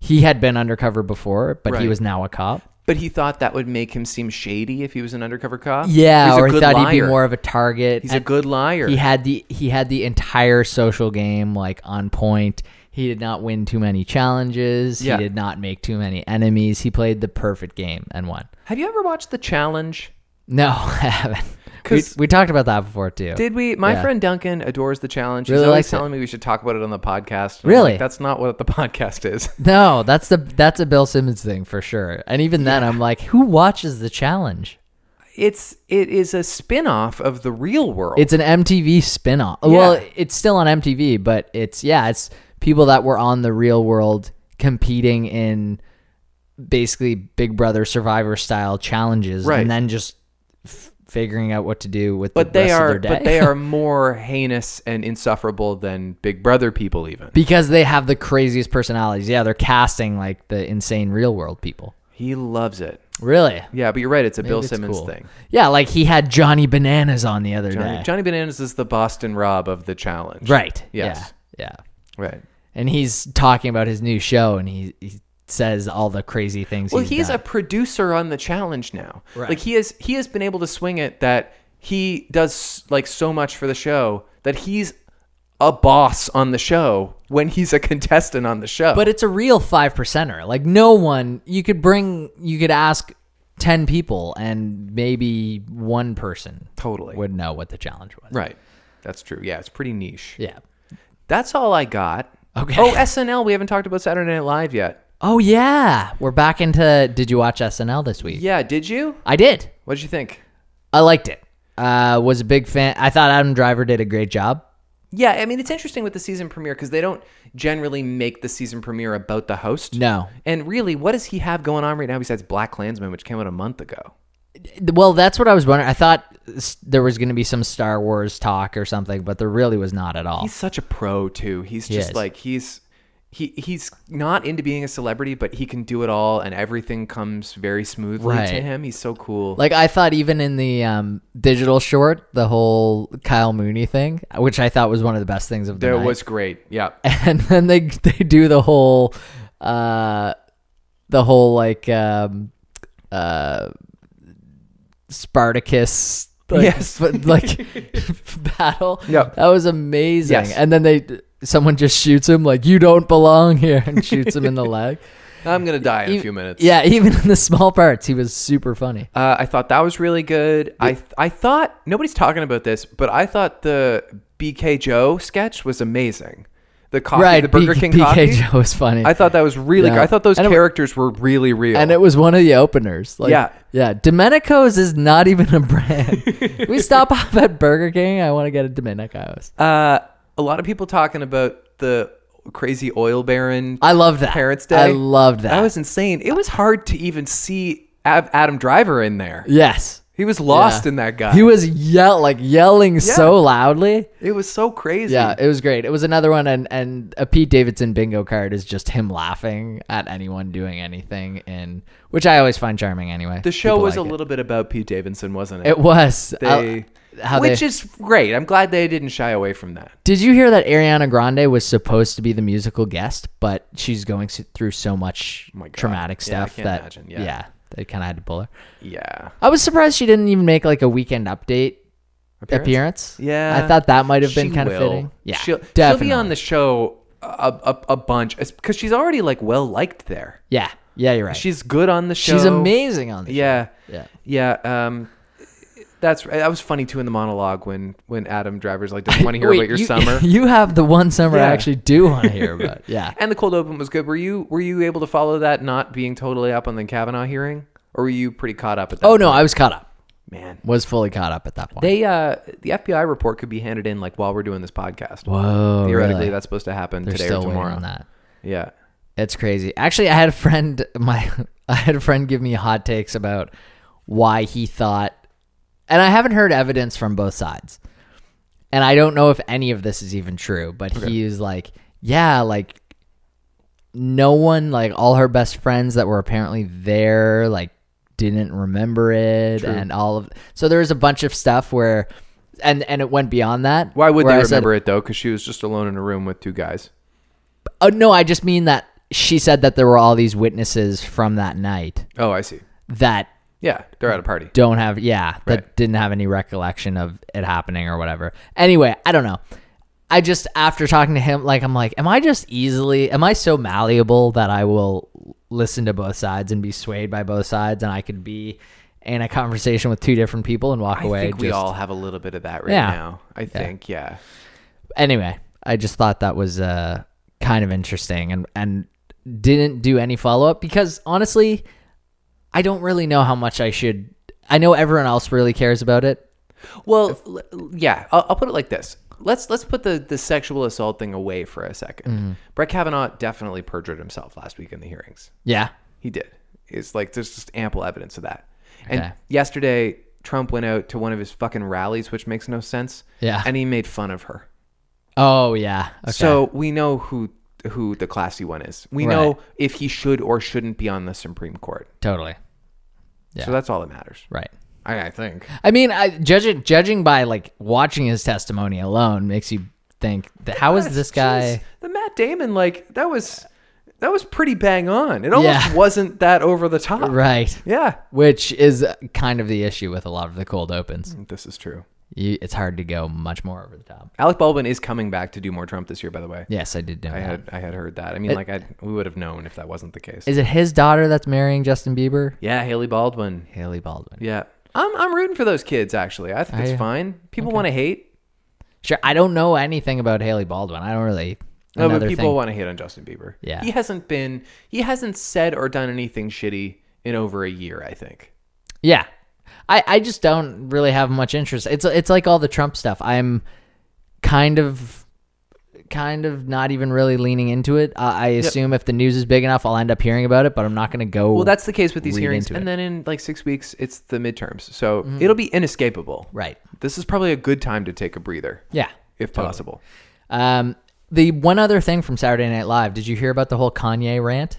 B: he had been undercover before, but he
A: Right.
B: was now a cop.
A: but he thought that would make him seem shady if he was an undercover cop.
B: Yeah,
A: He's a
B: or he
A: good
B: thought he'd
A: liar.
B: be more of a target.
A: He's
B: and-
A: a good liar.
B: He had the he had the entire social game like on point. He did not win too many challenges.
A: Yeah.
B: He did not make too many enemies. He played the perfect game and won.
A: have you ever watched The Challenge?
B: No, I haven't. We,
A: 'Cause-
B: we talked about that before too.
A: Did we? My
B: Yeah.
A: friend Duncan adores The Challenge. He's
B: Really
A: always
B: likes it.
A: telling me we should talk about it on the podcast. And I'm
B: Really?
A: like, That's not what the podcast is.
B: no, that's the that's a Bill Simmons thing for sure. And even then, I'm like, who watches the challenge?
A: It's it is a spin-off of the real world.
B: It's an MTV spinoff. Well, it's still on MTV, but it's yeah, it's people that were on the real world competing in basically Big Brother Survivor style challenges,
A: Right.
B: and then just f- figuring out what to do with
A: but
B: the
A: they
B: rest of
A: are
B: their day.
A: but they are more heinous and insufferable than Big Brother people even.
B: because they have the craziest personalities. Yeah, they're casting like the insane real world people.
A: He loves it.
B: Really.
A: Yeah, but you're right. It's a Bill
B: It's
A: Simmons
B: cool.
A: thing.
B: Yeah, like he had Johnny Bananas on the other
A: Johnny,
B: day.
A: Johnny Bananas is the Boston Rob of the challenge.
B: right.
A: Yes.
B: Yeah. Yeah.
A: Right.
B: And he's talking about his new show and he, he says all the crazy things.
A: Well,
B: he's,
A: he's
B: done.
A: a producer on the challenge now.
B: Right.
A: Like he is, he has been able to swing it that he does like so much for the show that he's a boss on the show when he's a contestant on the show.
B: but it's a real five percenter. Like no one, you could bring, you could ask ten people, and maybe one person
A: totally
B: would know what the challenge was.
A: right. That's true. Yeah, it's pretty niche.
B: Yeah.
A: That's all I got.
B: Okay.
A: Oh, SNL. We haven't talked about Saturday Night Live yet.
B: Oh yeah, we're back into. Did you watch SNL this week?
A: Yeah. Did you?
B: I did.
A: What did you think?
B: I liked it. Uh, was a big fan. I thought Adam Driver did a great job.
A: Yeah, I mean it's interesting with the season premiere because they don't generally make the season premiere about the host.
B: No.
A: And really, what does he have going on right now besides Black Klansman, which came out a month ago?
B: Well, that's what I was wondering. I thought s- there was going to be some Star Wars talk or something, but there really was not at all.
A: He's such a pro too. He's just
B: is.
A: like he's he he's not into being a celebrity, but he can do it all, and everything comes very smoothly to
B: Right.
A: him. He's so cool.
B: Like I thought, even in the um, digital short, the whole Kyle Mooney thing, which I thought was one of the best things of the
A: that
B: night.
A: was great. Yeah.
B: and then they they do the whole, uh, the whole like um, uh, Spartacus. Like,
A: Yes.
B: but, like battle.
A: Yep.
B: that was amazing.
A: Yes.
B: And then they, someone just shoots him like you don't belong here, and shoots him in the leg.
A: I'm gonna die in a
B: Ev-
A: few minutes.
B: Yeah, even in the small parts, he was super funny.
A: Uh, I thought that was really good. I I thought nobody's talking about this, but I thought the BK Joe sketch was amazing. The coffee,
B: right,
A: Uh, the Burger
B: B-
A: King
B: BK
A: coffee.
B: Joe was funny.
A: I thought that was really.
B: Yeah.
A: good. I thought those
B: And it-
A: characters were really real.
B: and it was one of the openers. Like,
A: Yeah.
B: yeah. Domenico's is not even a brand. we stop off at Burger King. I want to get a Domenico's.
A: uh, a lot of people talking about the crazy oil baron.
B: I loved that.
A: Parents' Day.
B: I loved that.
A: That was insane. It was hard to even see Ab- Adam Driver in there.
B: yes.
A: He was lost
B: Yeah.
A: in that guy.
B: He was yell like yelling so loudly.
A: it was so crazy.
B: Yeah, it was great. It was another one, and and a Pete Davidson bingo card is just him laughing at anyone doing anything, and which I always find charming anyway.
A: the show
B: People
A: was
B: like
A: a
B: it.
A: little bit about Pete Davidson, wasn't it?
B: It was.
A: they,
B: I- how
A: which
B: they,
A: is great. I'm glad they didn't shy away from that.
B: Did you hear that Ariana Grande was supposed to be the musical guest, but she's going s- through so much
A: Oh my God.
B: traumatic
A: Yeah, I
B: stuff
A: can't
B: that
A: imagine. Yeah.
B: they kind of had to pull her.
A: Yeah.
B: I was surprised she didn't even make like a weekend update appearance.
A: Yeah.
B: I thought that might have been
A: She
B: kind of
A: will.
B: fitting. Yeah,
A: She'll,
B: definitely.
A: she'll be on the show a, a, a bunch because she's already like well liked there.
B: yeah, yeah, you're right.
A: She's good on the show.
B: she's amazing on the
A: Yeah.
B: Yeah.
A: Yeah. Um, that's uh, that was funny too in the monologue when when Adam Driver's like doesn't want to hear
B: Wait,
A: about your
B: you,
A: summer.
B: You have the one summer
A: Yeah.
B: I actually do want to hear about. Yeah.
A: and the cold open was good. Were you were you able to follow that not being totally up on the Kavanaugh hearing, or were you pretty caught up at that?
B: Oh no, I was caught up.
A: man.
B: Was fully caught up at that point.
A: They uh the FBI report could be handed in like while we're doing this podcast.
B: Whoa,
A: Theoretically,
B: Oh, really?
A: that's supposed to happen
B: They're
A: today
B: still
A: or
B: waiting
A: tomorrow.
B: on that.
A: Yeah.
B: It's crazy. Actually, I had a friend my I had a friend give me hot takes about why he thought and I haven't heard evidence from both sides. And I don't know if any of this is even true, but he was like, yeah, like no one like all her best friends that were apparently there like didn't remember it and all of so there was a bunch of stuff where and and it went beyond that
A: Why would
B: where
A: they
B: I said-
A: remember it though? Because she was just alone in a room with two guys.
B: oh no i just mean that she said that there were all these witnesses from that night
A: Oh, I see.
B: that
A: Yeah, they're at a party.
B: don't have yeah that
A: Right.
B: didn't have any recollection of it happening or whatever anyway i don't know i just after talking to him like i'm like am i just easily am i so malleable that i will listen to both sides and be swayed by both sides and i could be in a conversation with two different people and walk
A: I
B: away
A: think we
B: just-
A: all have a little bit of that right
B: Yeah.
A: now. I think, yeah.
B: anyway i just thought that was uh kind of interesting and and didn't do any follow-up because honestly i don't really know how much i should i know everyone else really cares about it
A: Well, l- l- yeah. I'll, I'll put it like this. Let's let's put the, the sexual assault thing away for a 2nd
B: Mm-hmm.
A: Brett Kavanaugh definitely perjured himself last week in the hearings.
B: yeah
A: He did. It's like there's just ample evidence of that. And
B: Okay.
A: yesterday, Trump went out to one of his fucking rallies, which makes no sense.
B: Yeah.
A: And he made fun of her.
B: Oh yeah. Okay.
A: So we know who who the classy one is. We
B: Right.
A: know if he should or shouldn't be on the Supreme Court.
B: totally
A: So that's all that matters.
B: right.
A: I, I think.
B: I mean, I, judging judging by like watching his testimony alone makes you think that how is this guy?
A: Jeez, the Matt Damon like that was that was pretty bang on. It almost
B: Yeah.
A: wasn't that over the top.
B: Right.
A: Yeah.
B: Which is kind of the issue with a lot of the cold opens.
A: This is true.
B: You, it's hard to go much more over the top.
A: Alec Baldwin is coming back to do more Trump this year, by the way.
B: Yes, I did know
A: I
B: that.
A: had I had heard that. I mean, like I we would have known if that wasn't the case.
B: Is it his daughter that's marrying Justin Bieber?
A: yeah, Haley Baldwin.
B: Haley Baldwin.
A: Yeah. I'm I'm rooting for those kids actually. I think it's
B: I-
A: fine. People want to hate.
B: Sure. I don't know anything about Haley Baldwin. I don't really.
A: No, but
B: another
A: people
B: thing-
A: want to hate on Justin Bieber.
B: Yeah.
A: He hasn't been he hasn't said or done anything shitty in over a year, I think.
B: Yeah. I, I just don't really have much interest. It's it's like all the Trump stuff. I'm kind of kind of not even really leaning into it. I, I assume if the news is big enough, I'll end up hearing about it, but I'm not going to go.
A: Well, that's the case with these
B: Read
A: hearings.
B: into
A: And
B: it. Mm-hmm.
A: then in like 6 weeks it's the midterms. So, it'll be inescapable.
B: right.
A: This is probably a good time to take a breather
B: Yeah.
A: if possible.
B: Um, the one other thing from Saturday Night Live. Did you hear about the whole Kanye rant?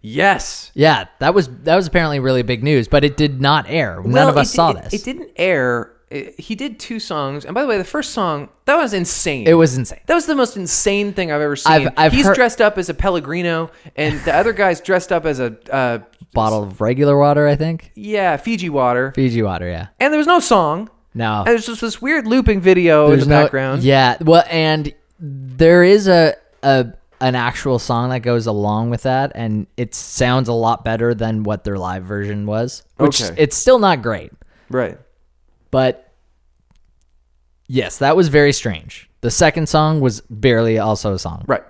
A: Yes.
B: Yeah, that was that was apparently really big news, but it did not air. None
A: Well,
B: of us
A: it,
B: saw
A: it-
B: this.
A: It didn't air. It- he did two songs, and by the way, the first song that was insane.
B: It was insane.
A: That was the most insane thing I've ever seen.
B: I've- I've
A: He's
B: heard-
A: dressed up as a Pellegrino, and the other guy's dressed up as a uh,
B: Bottle of regular water, I think.
A: yeah Fiji water.
B: Fiji water, yeah.
A: And there was no song.
B: No.
A: And there's just this weird looping video in Oh, the
B: no-
A: background.
B: Yeah. Well, and there is a, a an actual song that goes along with that, and it sounds a lot better than what their live version was. Which
A: Okay.
B: it's still not great,
A: Right.
B: but yes, that was very strange. The second song was barely also a song.
A: Right.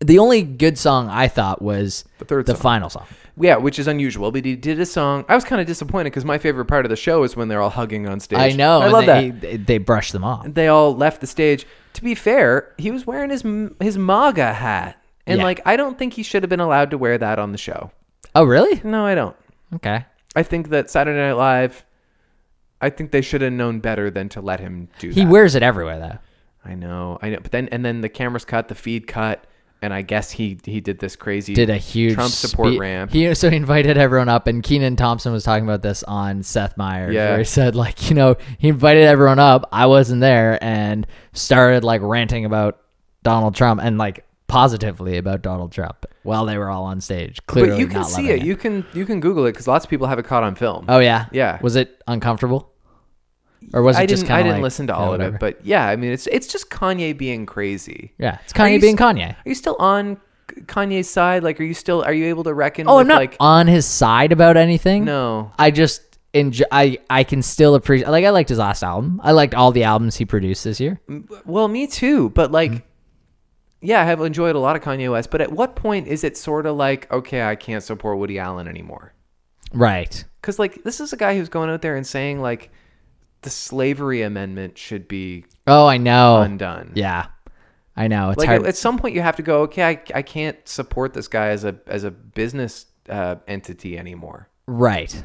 B: The only good song I thought was the
A: third song.
B: final song.
A: Yeah, which is unusual. But he did a song. I was kind of disappointed because my favorite part of the show is when they're all hugging on stage.
B: I know.
A: I
B: and
A: love that.
B: they, They, they brushed them off.
A: they all left the stage. To be fair, he was wearing his his MAGA hat, and
B: Yeah.
A: like I don't think he should have been allowed to wear that on the show.
B: Oh, really?
A: No, I don't.
B: Okay.
A: I think that Saturday Night Live, I think they should have known better than to let him do
B: He
A: that.
B: wears it everywhere though.
A: I know, I know. But then and then the cameras cut, the feed cut, and I guess he he did this crazy
B: did a huge
A: Trump support
B: spe-
A: ramp.
B: He also invited everyone up, and Keenan Thompson was talking about this on Seth Meyers,
A: Yeah.
B: where he said like, you know, he invited everyone up. I wasn't there, and started like ranting about Donald Trump and like positively about Donald Trump while they were all on stage. Clearly,
A: but you can
B: not
A: see
B: loving
A: it. You can you can Google it because lots of people have it caught on film.
B: Oh yeah,
A: Yeah.
B: Was it uncomfortable, or was it
A: I
B: just
A: didn't.
B: kind
A: I
B: of
A: didn't listen to all of it, but yeah, I mean, it's it's just Kanye being crazy.
B: yeah, it's
A: you
B: Kanye being
A: s-
B: Kanye.
A: Are you still on K- Kanye's side? Like, are you still are you able to reckon?
B: Oh,
A: with,
B: I'm not
A: like
B: on his side about anything.
A: no.
B: I just enjoy. I I can still appreciate. Like I liked his last album. I liked all the albums he produced this year.
A: Well, me too, but like.
B: Mm-hmm.
A: Yeah, I have enjoyed a lot of Kanye West, but at what point is it sort of like, okay, I can't support Woody Allen anymore?
B: Right.
A: Because like, this is a guy who's going out there and saying like, the slavery amendment should be
B: Oh, I know.
A: undone.
B: Yeah, I know. It's
A: like
B: hard.
A: at, at some point you have to go, okay, I, I can't support this guy as a as a business uh, entity anymore.
B: right.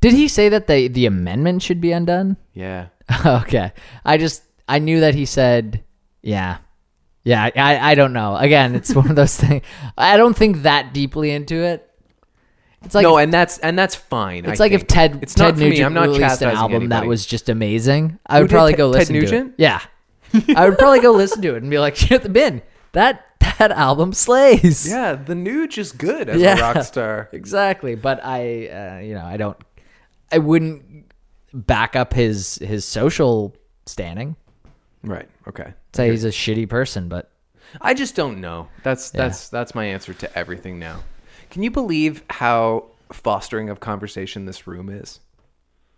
B: Did he say that the the amendment should be undone?
A: Yeah,
B: okay. I just I knew that he said yeah. Yeah, I, I don't know. Again, it's one of those things. I don't think that deeply into it. It's like
A: no, and that's and that's fine.
B: It's
A: I
B: like if
A: think.
B: Ted
A: It's not
B: Ted
A: for
B: Nugent
A: me. I'm not
B: released
A: chastising
B: an album that
A: anybody.
B: was just amazing. I would
A: did
B: probably
A: Ted-
B: go
A: Ted
B: listen
A: Nugent?
B: to it. Yeah, I would probably go listen to it and be like, "Shit the bin." That that album slays.
A: yeah, the Nuge is good as
B: Yeah.
A: a rock star.
B: exactly. But I, uh, you know, I don't, I wouldn't back up his his social standing.
A: Right. Okay.
B: Say he's a shitty person, but
A: I just don't know. That's that's that's my answer to everything now. Can you believe how fostering of conversation this room is?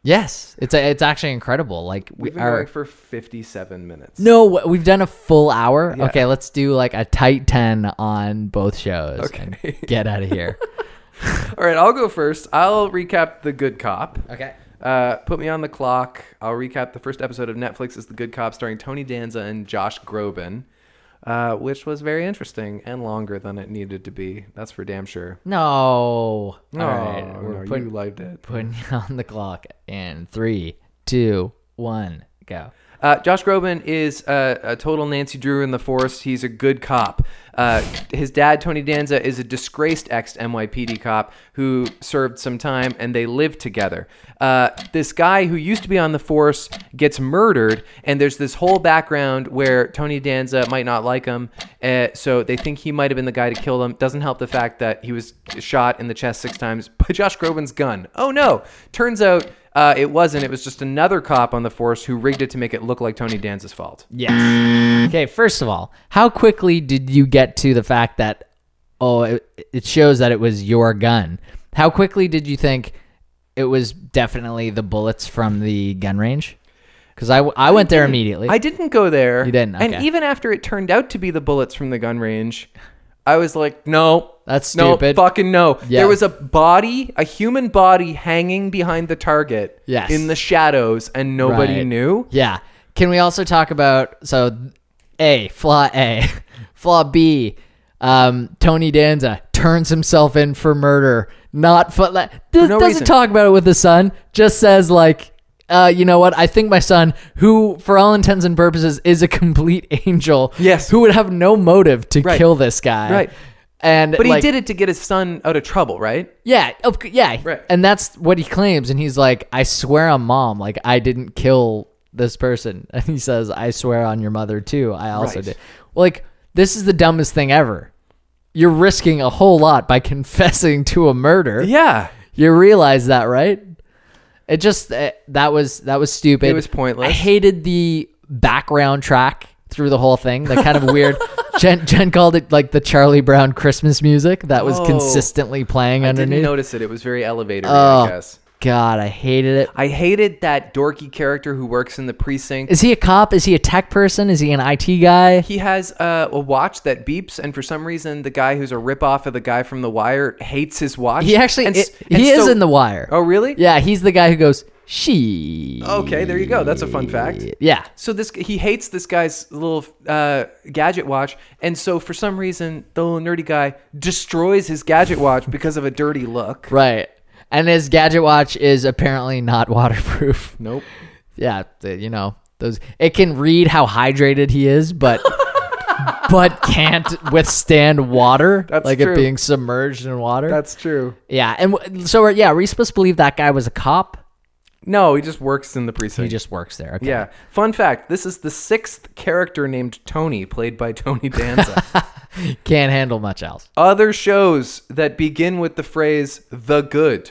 B: yes, it's a, it's actually incredible. Like we
A: We've been
B: are.
A: going for 57 minutes.
B: No, we've done a full hour. Okay, let's do like a tight ten on both shows.
A: Okay.
B: and get out of here.
A: All right, I'll go first. I'll recap The Good Cop.
B: okay.
A: Uh, put me on the clock. I'll recap the first episode of Netflix's The Good Cop starring Tony Danza and Josh Groban, uh, which was very interesting and longer than it needed to be. That's for damn sure.
B: No. All
A: Oh,
B: right. We're
A: no, you
B: putting,
A: liked it.
B: putting you on the clock in three, two, one, go.
A: Uh, Josh Groban is uh, a total Nancy Drew in the forest. He's a good cop. Uh, his dad, Tony Danza, is a disgraced ex NYPD cop who served some time and they live together. Uh, this guy who used to be on the force gets murdered, and there's this whole background where Tony Danza might not like him. Uh, so they think he might have been the guy to kill him. Doesn't help the fact that he was shot in the chest six times by Josh Groban's gun. Oh no! Turns out. Uh, it wasn't. It was just another cop on the force who rigged it to make it look like Tony Danza's fault.
B: Yes. Okay, first of all, how quickly did you get to the fact that, oh, it, it shows that it was your gun? How quickly did you think it was definitely the bullets from the gun range? Because I, w- I went there immediately.
A: I didn't go there.
B: You didn't,
A: And
B: okay.
A: even after it turned out to be the bullets from the gun range, I was like, no.
B: That's
A: No,
B: stupid.
A: fucking no.
B: Yeah.
A: There was a body, a human body hanging behind the target
B: Yes.
A: in the shadows, and nobody
B: Right.
A: knew.
B: Yeah. Can we also talk about so A, flaw A, flaw B, um, Tony Danza turns himself in for murder. Not for like, does,
A: no
B: doesn't
A: reason.
B: talk about it with his son. Just says like, uh, you know what? I think my son, who for all intents and purposes is a complete angel,
A: Yes.
B: who would have no motive to
A: Right.
B: kill this guy,
A: Right.
B: And
A: But
B: like,
A: he did it to get his son out of trouble, right?
B: yeah, of, c- yeah,
A: Right.
B: and that's what he claims. And he's like, "I swear on mom, like I didn't kill this person." And he says, "I swear on your mother too. I also
A: Right.
B: did." Well, like this is the dumbest thing ever. You're risking a whole lot by confessing to a murder.
A: Yeah.
B: You realize that, right? It just eh, that was that was stupid.
A: It was pointless.
B: I hated the background track through the whole thing. The kind of weird. Jen, Jen called it like the Charlie Brown Christmas music that was
A: Oh.
B: consistently playing
A: I
B: underneath.
A: didn't notice it. It was very elevator,
B: Oh.
A: I guess.
B: God, I hated it.
A: I hated that dorky character who works in the precinct.
B: Is he a cop? Is he a tech person? Is he an IT guy?
A: He has uh, a watch that beeps, and for some reason, the guy who's a ripoff of the guy from The Wire hates his watch.
B: He actually
A: And s- and
B: he is
A: so-
B: in The Wire.
A: Oh, really? Oh.
B: Yeah, he's the guy who goes she.
A: Okay, there you go. That's a fun fact.
B: Yeah,
A: So this he hates this guy's little uh, gadget watch, and so for some reason, the little nerdy guy destroys his gadget watch because of a dirty look.
B: right. And his gadget watch is apparently not waterproof.
A: Nope.
B: Yeah, th- you know those. It can read how hydrated he is, but but can't withstand water,
A: That's
B: like
A: true.
B: it being submerged in water.
A: That's true.
B: yeah, and w- so we're- yeah, are we supposed to believe that guy was a cop?
A: No, he just works in the precinct.
B: He just works there. Okay.
A: yeah. Fun fact: This is the sixth character named Tony, played by Tony Danza.
B: can't handle much else.
A: other shows that begin with the phrase the good.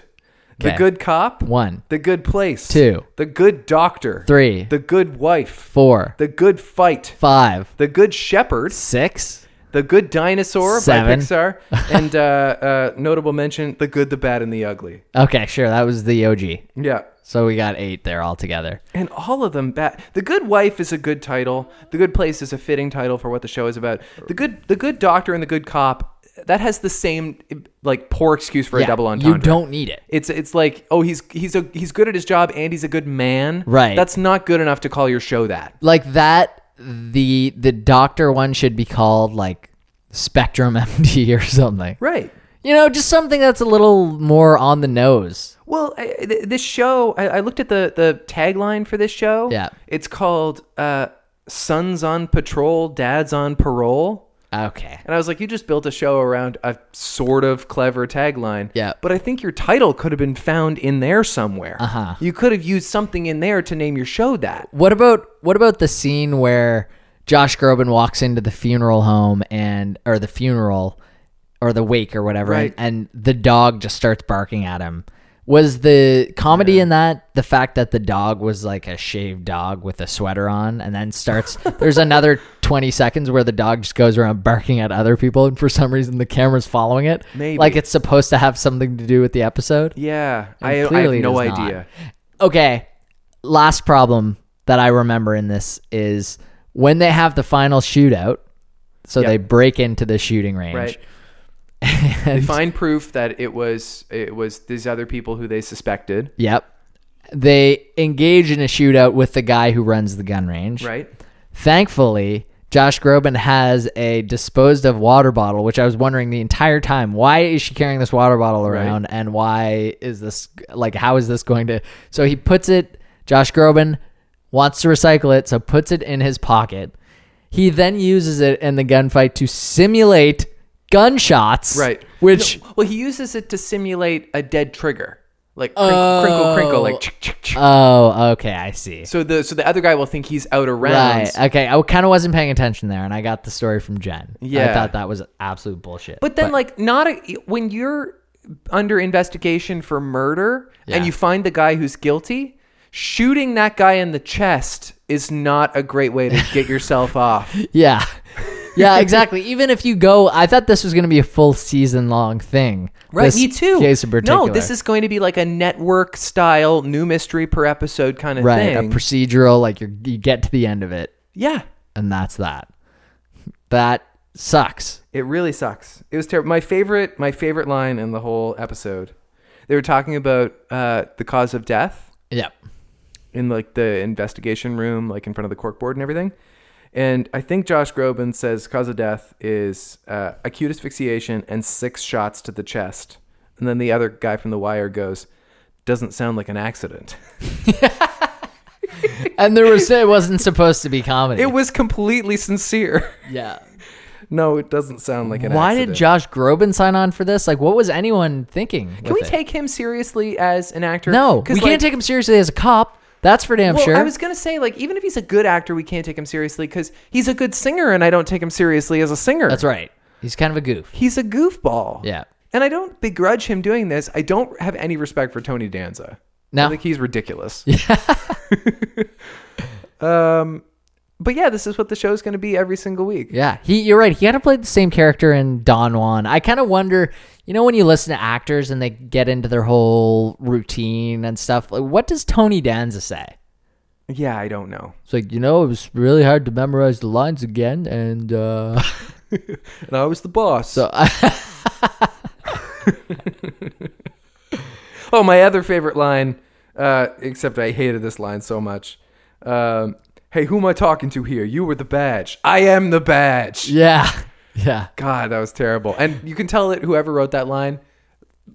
A: The
B: Okay.
A: good cop.
B: One,
A: The good place.
B: Two.
A: The good doctor.
B: Three.
A: The good wife.
B: four,
A: The good fight.
B: five,
A: The good shepherd.
B: six.
A: The good dinosaur
B: Seven.
A: by Pixar. and uh, uh, notable mention the good, the bad, and the ugly.
B: Okay, sure. That was the OG.
A: Yeah.
B: So we got eight there altogether.
A: And all of them bad. The Good Wife is a good title. The Good Place is a fitting title for what the show is about. The good, the good doctor and the good cop. That has the same like poor excuse for a
B: Yeah,
A: double entendre.
B: You don't need it.
A: It's it's like oh he's he's a he's good at his job and he's a good man.
B: Right.
A: That's not good enough to call your show that.
B: Like that. The the doctor one should be called like Spectrum MD or something.
A: Right.
B: You know, just something that's a little more on the nose.
A: Well, I, I- th- this show I, I looked at the the tagline for this show.
B: Yeah.
A: It's called uh, "Sons on Patrol, Dads on Parole,"
B: Okay.
A: and I was like, you just built a show around a sort of clever tagline.
B: Yeah.
A: But I think your title could have been found in there somewhere. Uh huh. You could have used something in there to name your show that.
B: What about what about the scene where Josh Groban walks into the funeral home and or the funeral or the wake or whatever
A: Right.
B: and, and the dog just starts barking at him? Was the comedy in that the fact that the dog was like a shaved dog with a sweater on and then starts there's another 20 seconds where the dog just goes around barking at other people and for some reason the camera's following it
A: Maybe.
B: like it's supposed to have something to do with the episode?
A: Yeah.
B: And
A: I, I have
B: clearly it
A: no
B: does not.
A: idea.
B: Okay. Last problem that I remember in this is when they have the final shootout. So
A: Yep.
B: they break into the shooting range.
A: Right. they find proof that it was it was these other people who they suspected.
B: Yep. They engage in a shootout with the guy who runs the gun range.
A: Right.
B: Thankfully, Josh Groban has a disposed of water bottle, which I was wondering the entire time. Why is she carrying this water bottle around? And why is this, like, how is this going to. So he puts it, Josh Groban wants to recycle it, so puts it in his pocket. He then uses it in the gunfight to simulate gunshots.
A: Right.
B: Which
A: No, well, he uses it to simulate a dead trigger, like crinkle, crinkle, crinkle, like. chick, chick, chick.
B: Oh, okay, I see.
A: So the so the other guy will think he's out of rounds.
B: Right. Uh, Okay. I kind of wasn't paying attention there, and I got the story from Jen. I
A: Yeah.
B: thought that was absolute bullshit.
A: But then, like, not a, when you're under investigation for murder
B: Yeah.
A: and you find the guy who's guilty, shooting that guy in the chest is not a great way to get yourself off.
B: yeah, yeah, exactly. Even if you go, I thought this was going to be a full season long thing.
A: Right,
B: This
A: me too.
B: Case in particular.
A: No, this is going to be like a network style new mystery per episode kind of
B: right
A: thing.
B: a procedural. Like you you get to the end of it,
A: yeah,
B: and that's that. That sucks.
A: it really sucks. It was terrible. My favorite, my favorite line in the whole episode. They were talking about uh, the cause of death.
B: Yep.
A: in like the investigation room, like in front of the cork board and everything. And I think Josh Groban says cause of death is uh, acute asphyxiation and six shots to the chest. And then the other guy from The Wire goes, doesn't sound like an accident.
B: And there was it wasn't supposed to be comedy.
A: It was completely sincere.
B: yeah.
A: no, it doesn't sound like an
B: Why
A: accident.
B: did Josh Groban sign on for this? Like, what was anyone thinking?
A: Can we take him seriously as an actor?
B: No, we
A: 'Cause,
B: can't
A: like-
B: take him seriously as a cop. That's for damn
A: Well,
B: sure.
A: I was gonna say, like, even if he's a good actor, we can't take him seriously because he's a good singer, and I don't take him seriously as a singer.
B: That's right. He's kind of a goof.
A: he's a goofball.
B: Yeah.
A: And I don't begrudge him doing this. I don't have any respect for Tony Danza.
B: No.
A: I think he's ridiculous. um, but yeah, this is what the show's going to be every single week.
B: Yeah, he. You're right. He kind of played the same character in Don Juan. I kind of wonder, you know, when you listen to actors and they get into their whole routine and stuff, like what does Tony Danza say?
A: Yeah, I don't know.
B: It's like you know, it was really hard to memorize the lines again, and uh,
A: And I was the boss.
B: so I,
A: oh, my other favorite line, uh, except I hated this line so much. Um, hey, who am I talking to here? You were the badge. I am the badge.
B: yeah, yeah,
A: God, that was terrible. And you can tell that whoever wrote that line,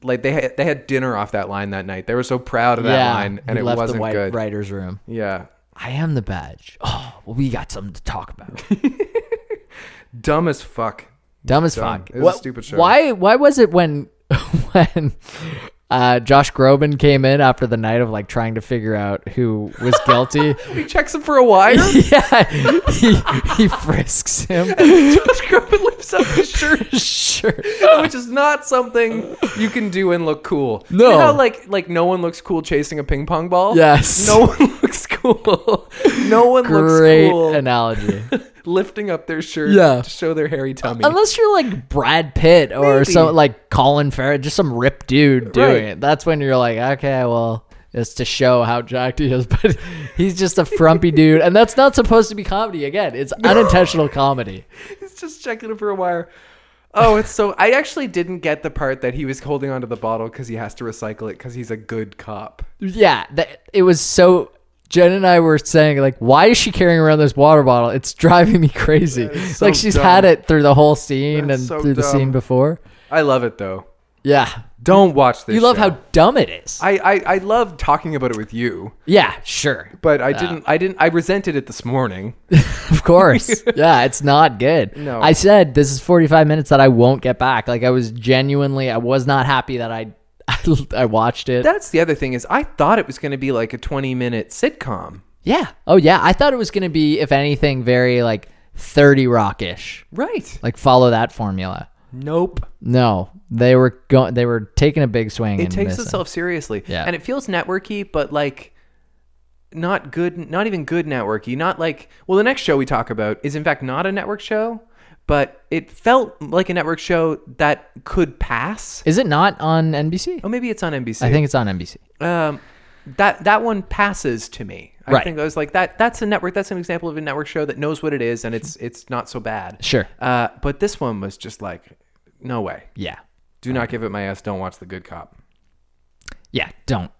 A: like they had, they had dinner off that line that night. They were so proud of that
B: yeah.
A: line, and
B: He
A: it
B: left
A: wasn't
B: the white
A: good.
B: writers' room.
A: Yeah.
B: I am the badge. Oh, well, we got something to talk about.
A: Dumb as fuck.
B: Dumb as
A: Dumb.
B: fuck.
A: It was a stupid show.
B: Why? Why was it when when uh, Josh Groban came in after the night of like trying to figure out who was guilty?
A: He checks him for a wire.
B: yeah, he, he frisks him.
A: Josh Groban lifts up his shirt,
B: sure.
A: which is not something you can do and look cool. You
B: No.
A: know how, like like no one looks cool chasing a ping pong ball.
B: Yes.
A: No one looks cool. No one
B: Great
A: looks cool
B: analogy.
A: lifting up their shirt
B: Yeah. Uh,
A: to show their hairy tummy.
B: Unless you're like Brad Pitt or
A: Maybe.
B: some like Colin Farrell, just some ripped dude doing
A: Right.
B: it. That's when you're like, okay, well, it's to show how jacked he is, but he's just a frumpy dude, and that's not supposed to be comedy. Again, it's unintentional comedy.
A: He's just checking him for a wire. Oh, it's so. I actually didn't get the part that he was holding onto the bottle because he has to recycle it because he's a good cop.
B: Yeah, that, it was so. Jen and I were saying like, why is she carrying around this water bottle? It's driving me crazy.
A: is
B: like
A: so
B: she's
A: dumb.
B: had it through the whole scene
A: That's
B: and
A: so
B: through the scene
A: dumb.
B: before.
A: I love it though.
B: Yeah,
A: Don't watch this.
B: you love
A: show.
B: how dumb it is.
A: I, I I love talking about it with you,
B: yeah, sure,
A: but I didn't. I didn't. I resented it this morning.
B: of course. yeah, it's not good.
A: No.
B: I said this is forty five minutes that I won't get back. Like I was genuinely, I was not happy that I, I, watched it.
A: That's the other thing is I thought it was going to be like a twenty minute sitcom.
B: yeah. Oh yeah, I thought it was gonna be, if anything, very like thirty rockish.
A: Right.
B: Like follow that formula.
A: Nope.
B: No, they were going. They were taking a big swing.
A: It
B: and
A: takes
B: missing.
A: itself seriously.
B: Yeah.
A: And it feels networky, but like not good. Not even good networky. Not like well, the next show we talk about is in fact not a network show, but it felt like a network show that could pass.
B: Is it not on NBC?
A: Oh, maybe it's on NBC.
B: I think it's on NBC.
A: um, that that one passes to me. I
B: Right.
A: think I was like that. That's a network. That's an example of a network show that knows what it is, and it's it's not so bad.
B: Sure.
A: Uh, but this one was just like, no way.
B: Yeah.
A: Do not give it my ass. Don't watch The Good Cop.
B: Yeah. Don't.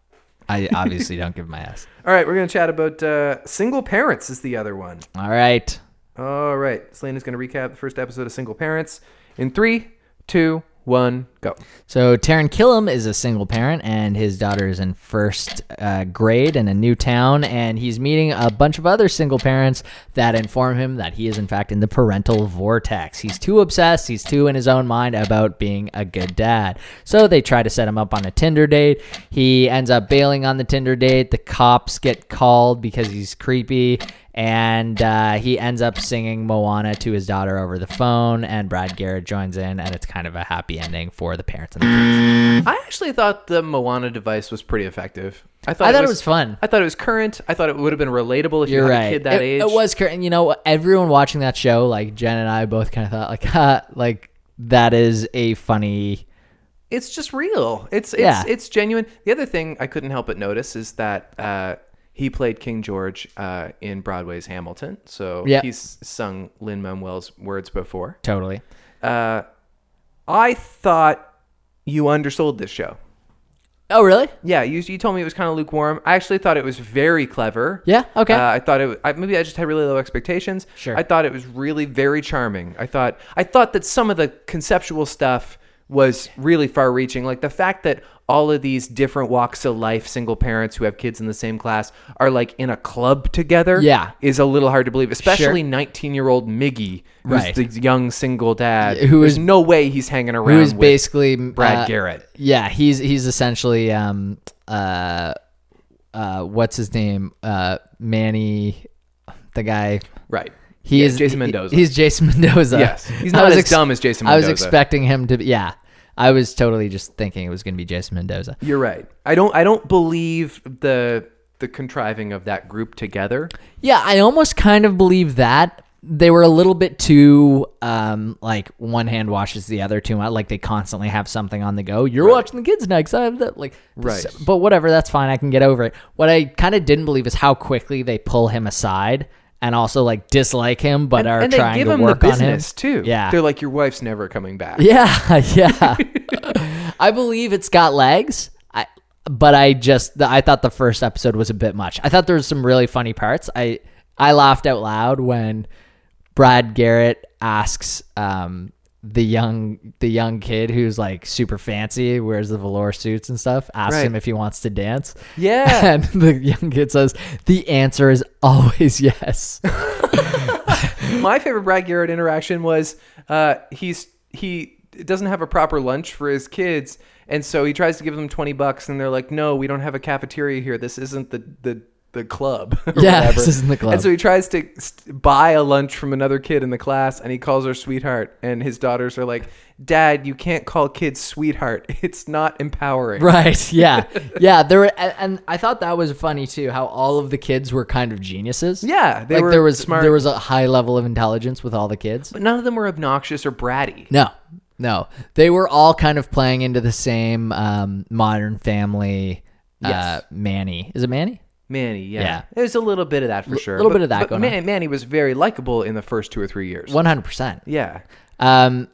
B: I obviously don't give my ass.
A: All right, we're gonna chat about uh, single parents. Is the other one.
B: All right.
A: All right, Selena's gonna recap the first episode of Single Parents in three, two, one, go.
B: So Taryn Killam is a single parent, and his daughter is in first uh, grade in a new town, and he's meeting a bunch of other single parents that inform him that he is in fact in the parental vortex. He's too obsessed, he's too in his own mind about being a good dad. So they try to set him up on a Tinder date. He ends up bailing on the Tinder date. The cops get called because he's creepy. And uh, he ends up singing Moana to his daughter over the phone, and Brad Garrett joins in, and it's kind of a happy ending for the parents and the kids.
A: I actually thought the Moana device was pretty effective. I thought,
B: I thought it was fun.
A: I thought it was current. I thought it would have been relatable if you
B: You're
A: had
B: right.
A: a kid that
B: it,
A: age.
B: it was current. And you know, everyone watching that show, like Jen and I, both kind of thought, like, ha, like that is a funny.
A: it's just real. It's it's
B: Yeah.
A: it's genuine. The other thing I couldn't help but notice is that uh, he played King George uh, in Broadway's Hamilton, so
B: Yeah.
A: he's sung Lin Manuel's words before.
B: Totally.
A: I thought you undersold this show.
B: Oh, really?
A: Yeah, you you told me it was kind of lukewarm. I actually thought it was very clever.
B: Yeah, okay.
A: Uh, I thought it. Was, I, maybe I just had really low expectations.
B: Sure.
A: I thought it was really very charming. I thought I thought that some of the conceptual stuff was really far-reaching, like the fact that all of these different walks of life, single parents who have kids in the same class, are like in a club together.
B: Yeah.
A: is a little hard to believe, especially nineteen-year-old Miggy, who's
B: Right.
A: the young single dad.
B: Who
A: There's
B: is-
A: no way he's hanging around.
B: Who is
A: with
B: basically
A: Brad
B: uh,
A: Garrett?
B: Yeah, he's he's essentially um uh uh what's his name uh Manny, the guy.
A: Right.
B: He
A: Yeah,
B: is
A: Jason
B: he-
A: Mendoza.
B: he's Jason Mendoza.
A: Yes. He's
B: I
A: not
B: was
A: as dumb as Jason
B: I was
A: Mendoza.
B: expecting him to. be Yeah, I was totally just thinking it was going to be Jason Mendoza.
A: You're right. I don't. I don't believe the the contriving of that group together.
B: Yeah, I almost kind of believe that. They were a little bit too um like one hand washes the other too much. Like they constantly have something on the go. You're watching the kids next. I have that like this-
A: Right.
B: but whatever, that's fine. I can get over it. What I kind of didn't believe is how quickly they pull him aside and also like dislike him, but are
A: and
B: trying
A: they give
B: to
A: him the
B: work
A: business
B: on him
A: too.
B: Yeah,
A: they're like, your wife's never coming back.
B: yeah, yeah. I believe it's got legs. I, but I just the, I thought the first episode was a bit much. I thought there was some really funny parts. I I laughed out loud when Brad Garrett asks um, the young the young kid who's like super fancy, wears the velour suits and stuff, asks
A: Right.
B: him if he wants to dance.
A: Yeah.
B: And the young kid says, "The answer is always yes."
A: My favorite Brad Garrett interaction was uh, he's he doesn't have a proper lunch for his kids, and so he tries to give them twenty bucks, and they're like, no, we don't have a cafeteria here. This isn't the the the club. or
B: Yeah,
A: whatever.
B: this isn't the club.
A: And so he tries to st- buy a lunch from another kid in the class, and he calls her sweetheart, and his daughters are like, "Dad, you can't call kids sweetheart. It's not empowering."
B: Right. Yeah. Yeah. There were, and, and I thought that was funny too. How all of the kids were kind of geniuses.
A: Yeah, they
B: like
A: were
B: there was
A: smart.
B: there was a high level of intelligence with all the kids.
A: But none of them were obnoxious or bratty.
B: No, no, they were all kind of playing into the same um, Modern Family. Uh,
A: Yes.
B: Manny is it Manny?
A: Manny, yeah.
B: Yeah.
A: There's a little bit of that for sure.
B: little
A: But-
B: bit of that
A: but
B: going
A: Man- Manny was very likable in the first two or three years.
B: One hundred percent.
A: Yeah.
B: Um,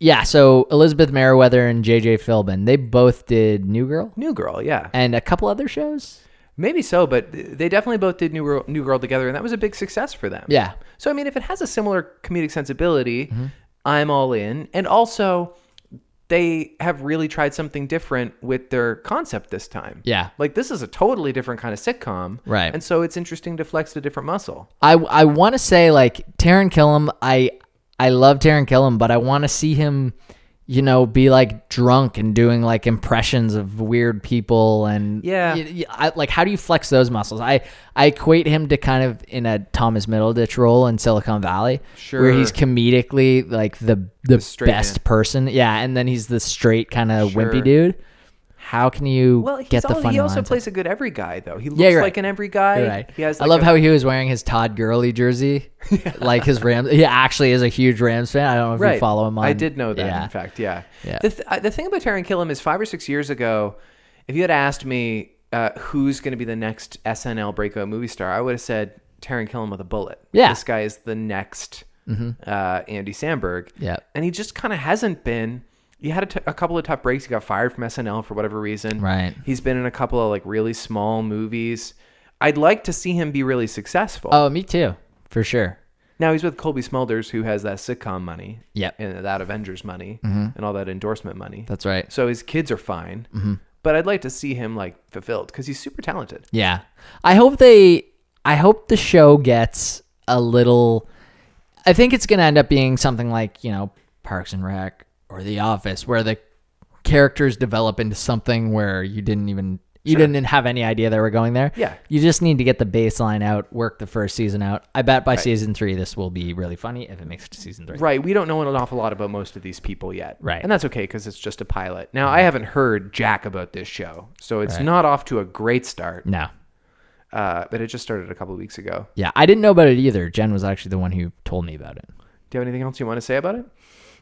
B: yeah. So Elizabeth Merriweather and J.J. Philbin, they both did New Girl
A: New Girl, yeah.
B: and a couple other shows.
A: Maybe so, but they definitely both did New Girl, New Girl together, and that was a big success for them.
B: Yeah.
A: So, I mean, if it has a similar comedic sensibility, I'm all in. And also, they have really tried something different with their concept this time.
B: Yeah.
A: Like, this is a totally different kind of sitcom.
B: Right.
A: And so it's interesting to flex a different muscle.
B: I I want to say like Taron Killam. I I love Taron Killam, but I want to see him, you know, be like drunk and doing like impressions of weird people and
A: Yeah.
B: Y- y- I- like how do you flex those muscles? I I equate him to kind of in a Thomas Middleditch role in Silicon Valley, where
A: Sure.
B: he's comedically like the the,
A: straight
B: best
A: man.
B: person, yeah, and then he's the straight kind of wimpy
A: Sure.
B: dude. How can you
A: Well, he's
B: get the
A: al-
B: fun
A: he also
B: lines
A: plays a good every guy, though. He looks
B: you're
A: like
B: right.
A: an every guy.
B: You're right.
A: He has.
B: I
A: like,
B: love
A: a-
B: how he was wearing his Todd Gurley jersey, like his Rams. He actually is a huge Rams fan. I don't know if you
A: Right.
B: follow him. on
A: I did know that.
B: Yeah.
A: In fact, yeah.
B: Yeah.
A: The, th- I- the thing about Taron Killam is five or six years ago, if you had asked me uh, who's going to be the next SNL breakout movie star, I would have said Taron Killam with a bullet.
B: Yeah. Mm-hmm.
A: This guy is the next uh, Andy Samberg.
B: Yeah.
A: And he just kind of hasn't been. He had a, t- a couple of tough breaks. He got fired from SNL for whatever reason.
B: Right.
A: He's been in a couple of like really small movies. I'd like to see him be really successful.
B: Oh, me too, for sure.
A: Now he's with Colby Smulders, who has that sitcom money,
B: Yep.
A: and that Avengers money, and all that endorsement money.
B: Mm-hmm. That's Mm-hmm. right.
A: so his kids are fine. But I'd like to see him like fulfilled because he's super talented.
B: Yeah. I hope they I hope the show gets a little I think it's going to end up being something like, you know, Parks and Rec or The Office where the characters develop into something where you didn't even you didn't have any idea they were going there.
A: Yeah.
B: You just need to get the baseline out, work the first season out. I bet by season 3 this will be really funny if it makes it to season 3.
A: Right. We don't know an awful lot about most of these people yet.
B: Right. Mm-hmm.
A: And that's okay because it's just a pilot. Now, I haven't heard Jack about this show, so it's not off to a great start.
B: No.
A: Uh, but it just started a couple of weeks ago.
B: Yeah, I didn't know about it either. Jen was actually the one who told me about it.
A: Do you have anything else you want to say about it?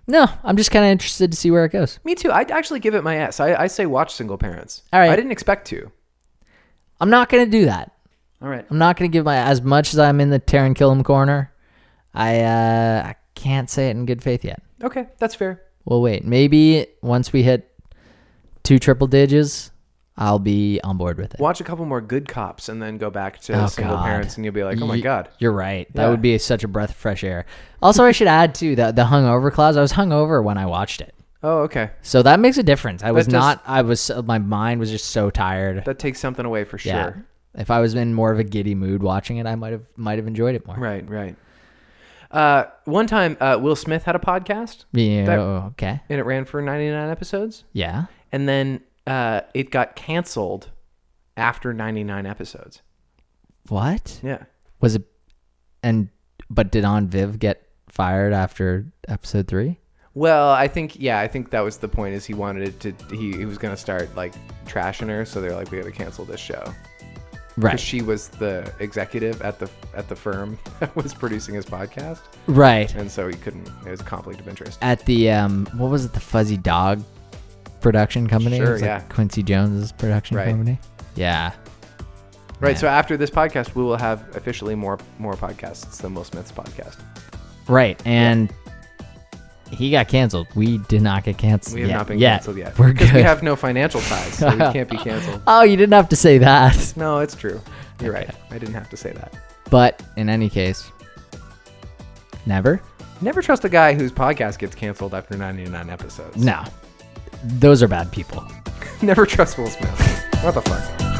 B: No, I'm just kind of interested to see where it goes.
A: Me too. I'd actually give it my S. I, I say watch Single Parents.
B: All right.
A: I didn't expect to.
B: I'm not gonna do that.
A: All right.
B: I'm not gonna give my as much as I'm in the Taron Killam corner. I uh, I can't say it in good faith yet.
A: Okay. That's fair.
B: We'll wait. Maybe once we hit two triple digits, I'll be on board with it.
A: Watch a couple more Good Cops and then go back to
B: Oh,
A: Single
B: God.
A: Parents, and you'll be like, oh my
B: Ye-
A: God.
B: You're right. That
A: Yeah.
B: would be such a breath of fresh air. Also, I should add too that the hungover clause. I was hungover when I watched it,
A: Oh, okay.
B: so that makes a difference. I was
A: does-
B: not. I was. uh, My mind was just so tired.
A: That takes something away for sure.
B: Yeah. If I was in more of a giddy mood watching it, I might have might have enjoyed it more.
A: Right, right. Uh, one time, uh, Will Smith had a podcast
B: Yeah.
A: That-
B: okay.
A: and it ran for 99 episodes.
B: Yeah.
A: And then uh, it got canceled after 99 episodes.
B: What
A: Yeah.
B: was it? And but did On Viv get fired after episode three?
A: Well, I think, yeah, I think that was the point is he wanted it to, he, he was going to start like trashing her. So they're like, we got to cancel this show. 'Cause
B: Right.
A: She was the executive at the, at the firm that was producing his podcast.
B: right.
A: And so he couldn't, it was a conflict of interest.
B: At the um, what was it? The Fuzzy Dog production company. It
A: Sure,
B: was
A: yeah.
B: Like Quincy Jones's production
A: Right.
B: company. Yeah.
A: Right.
B: Yeah.
A: So after this podcast, we will have officially more, more podcasts than Will Smith's podcast.
B: Right. And he got canceled. We did not get canceled.
A: We have
B: yet-
A: not been
B: yet.
A: canceled yet.
B: We're
A: 'Cause
B: good.
A: We have no financial ties, so we can't be canceled.
B: oh, you didn't have to say that.
A: No, it's true. You're right. I didn't have to say that.
B: But in any case, never.
A: Never trust a guy whose podcast gets canceled after 99 episodes.
B: No, those are bad people.
A: Never trust Will Smith. What the fuck?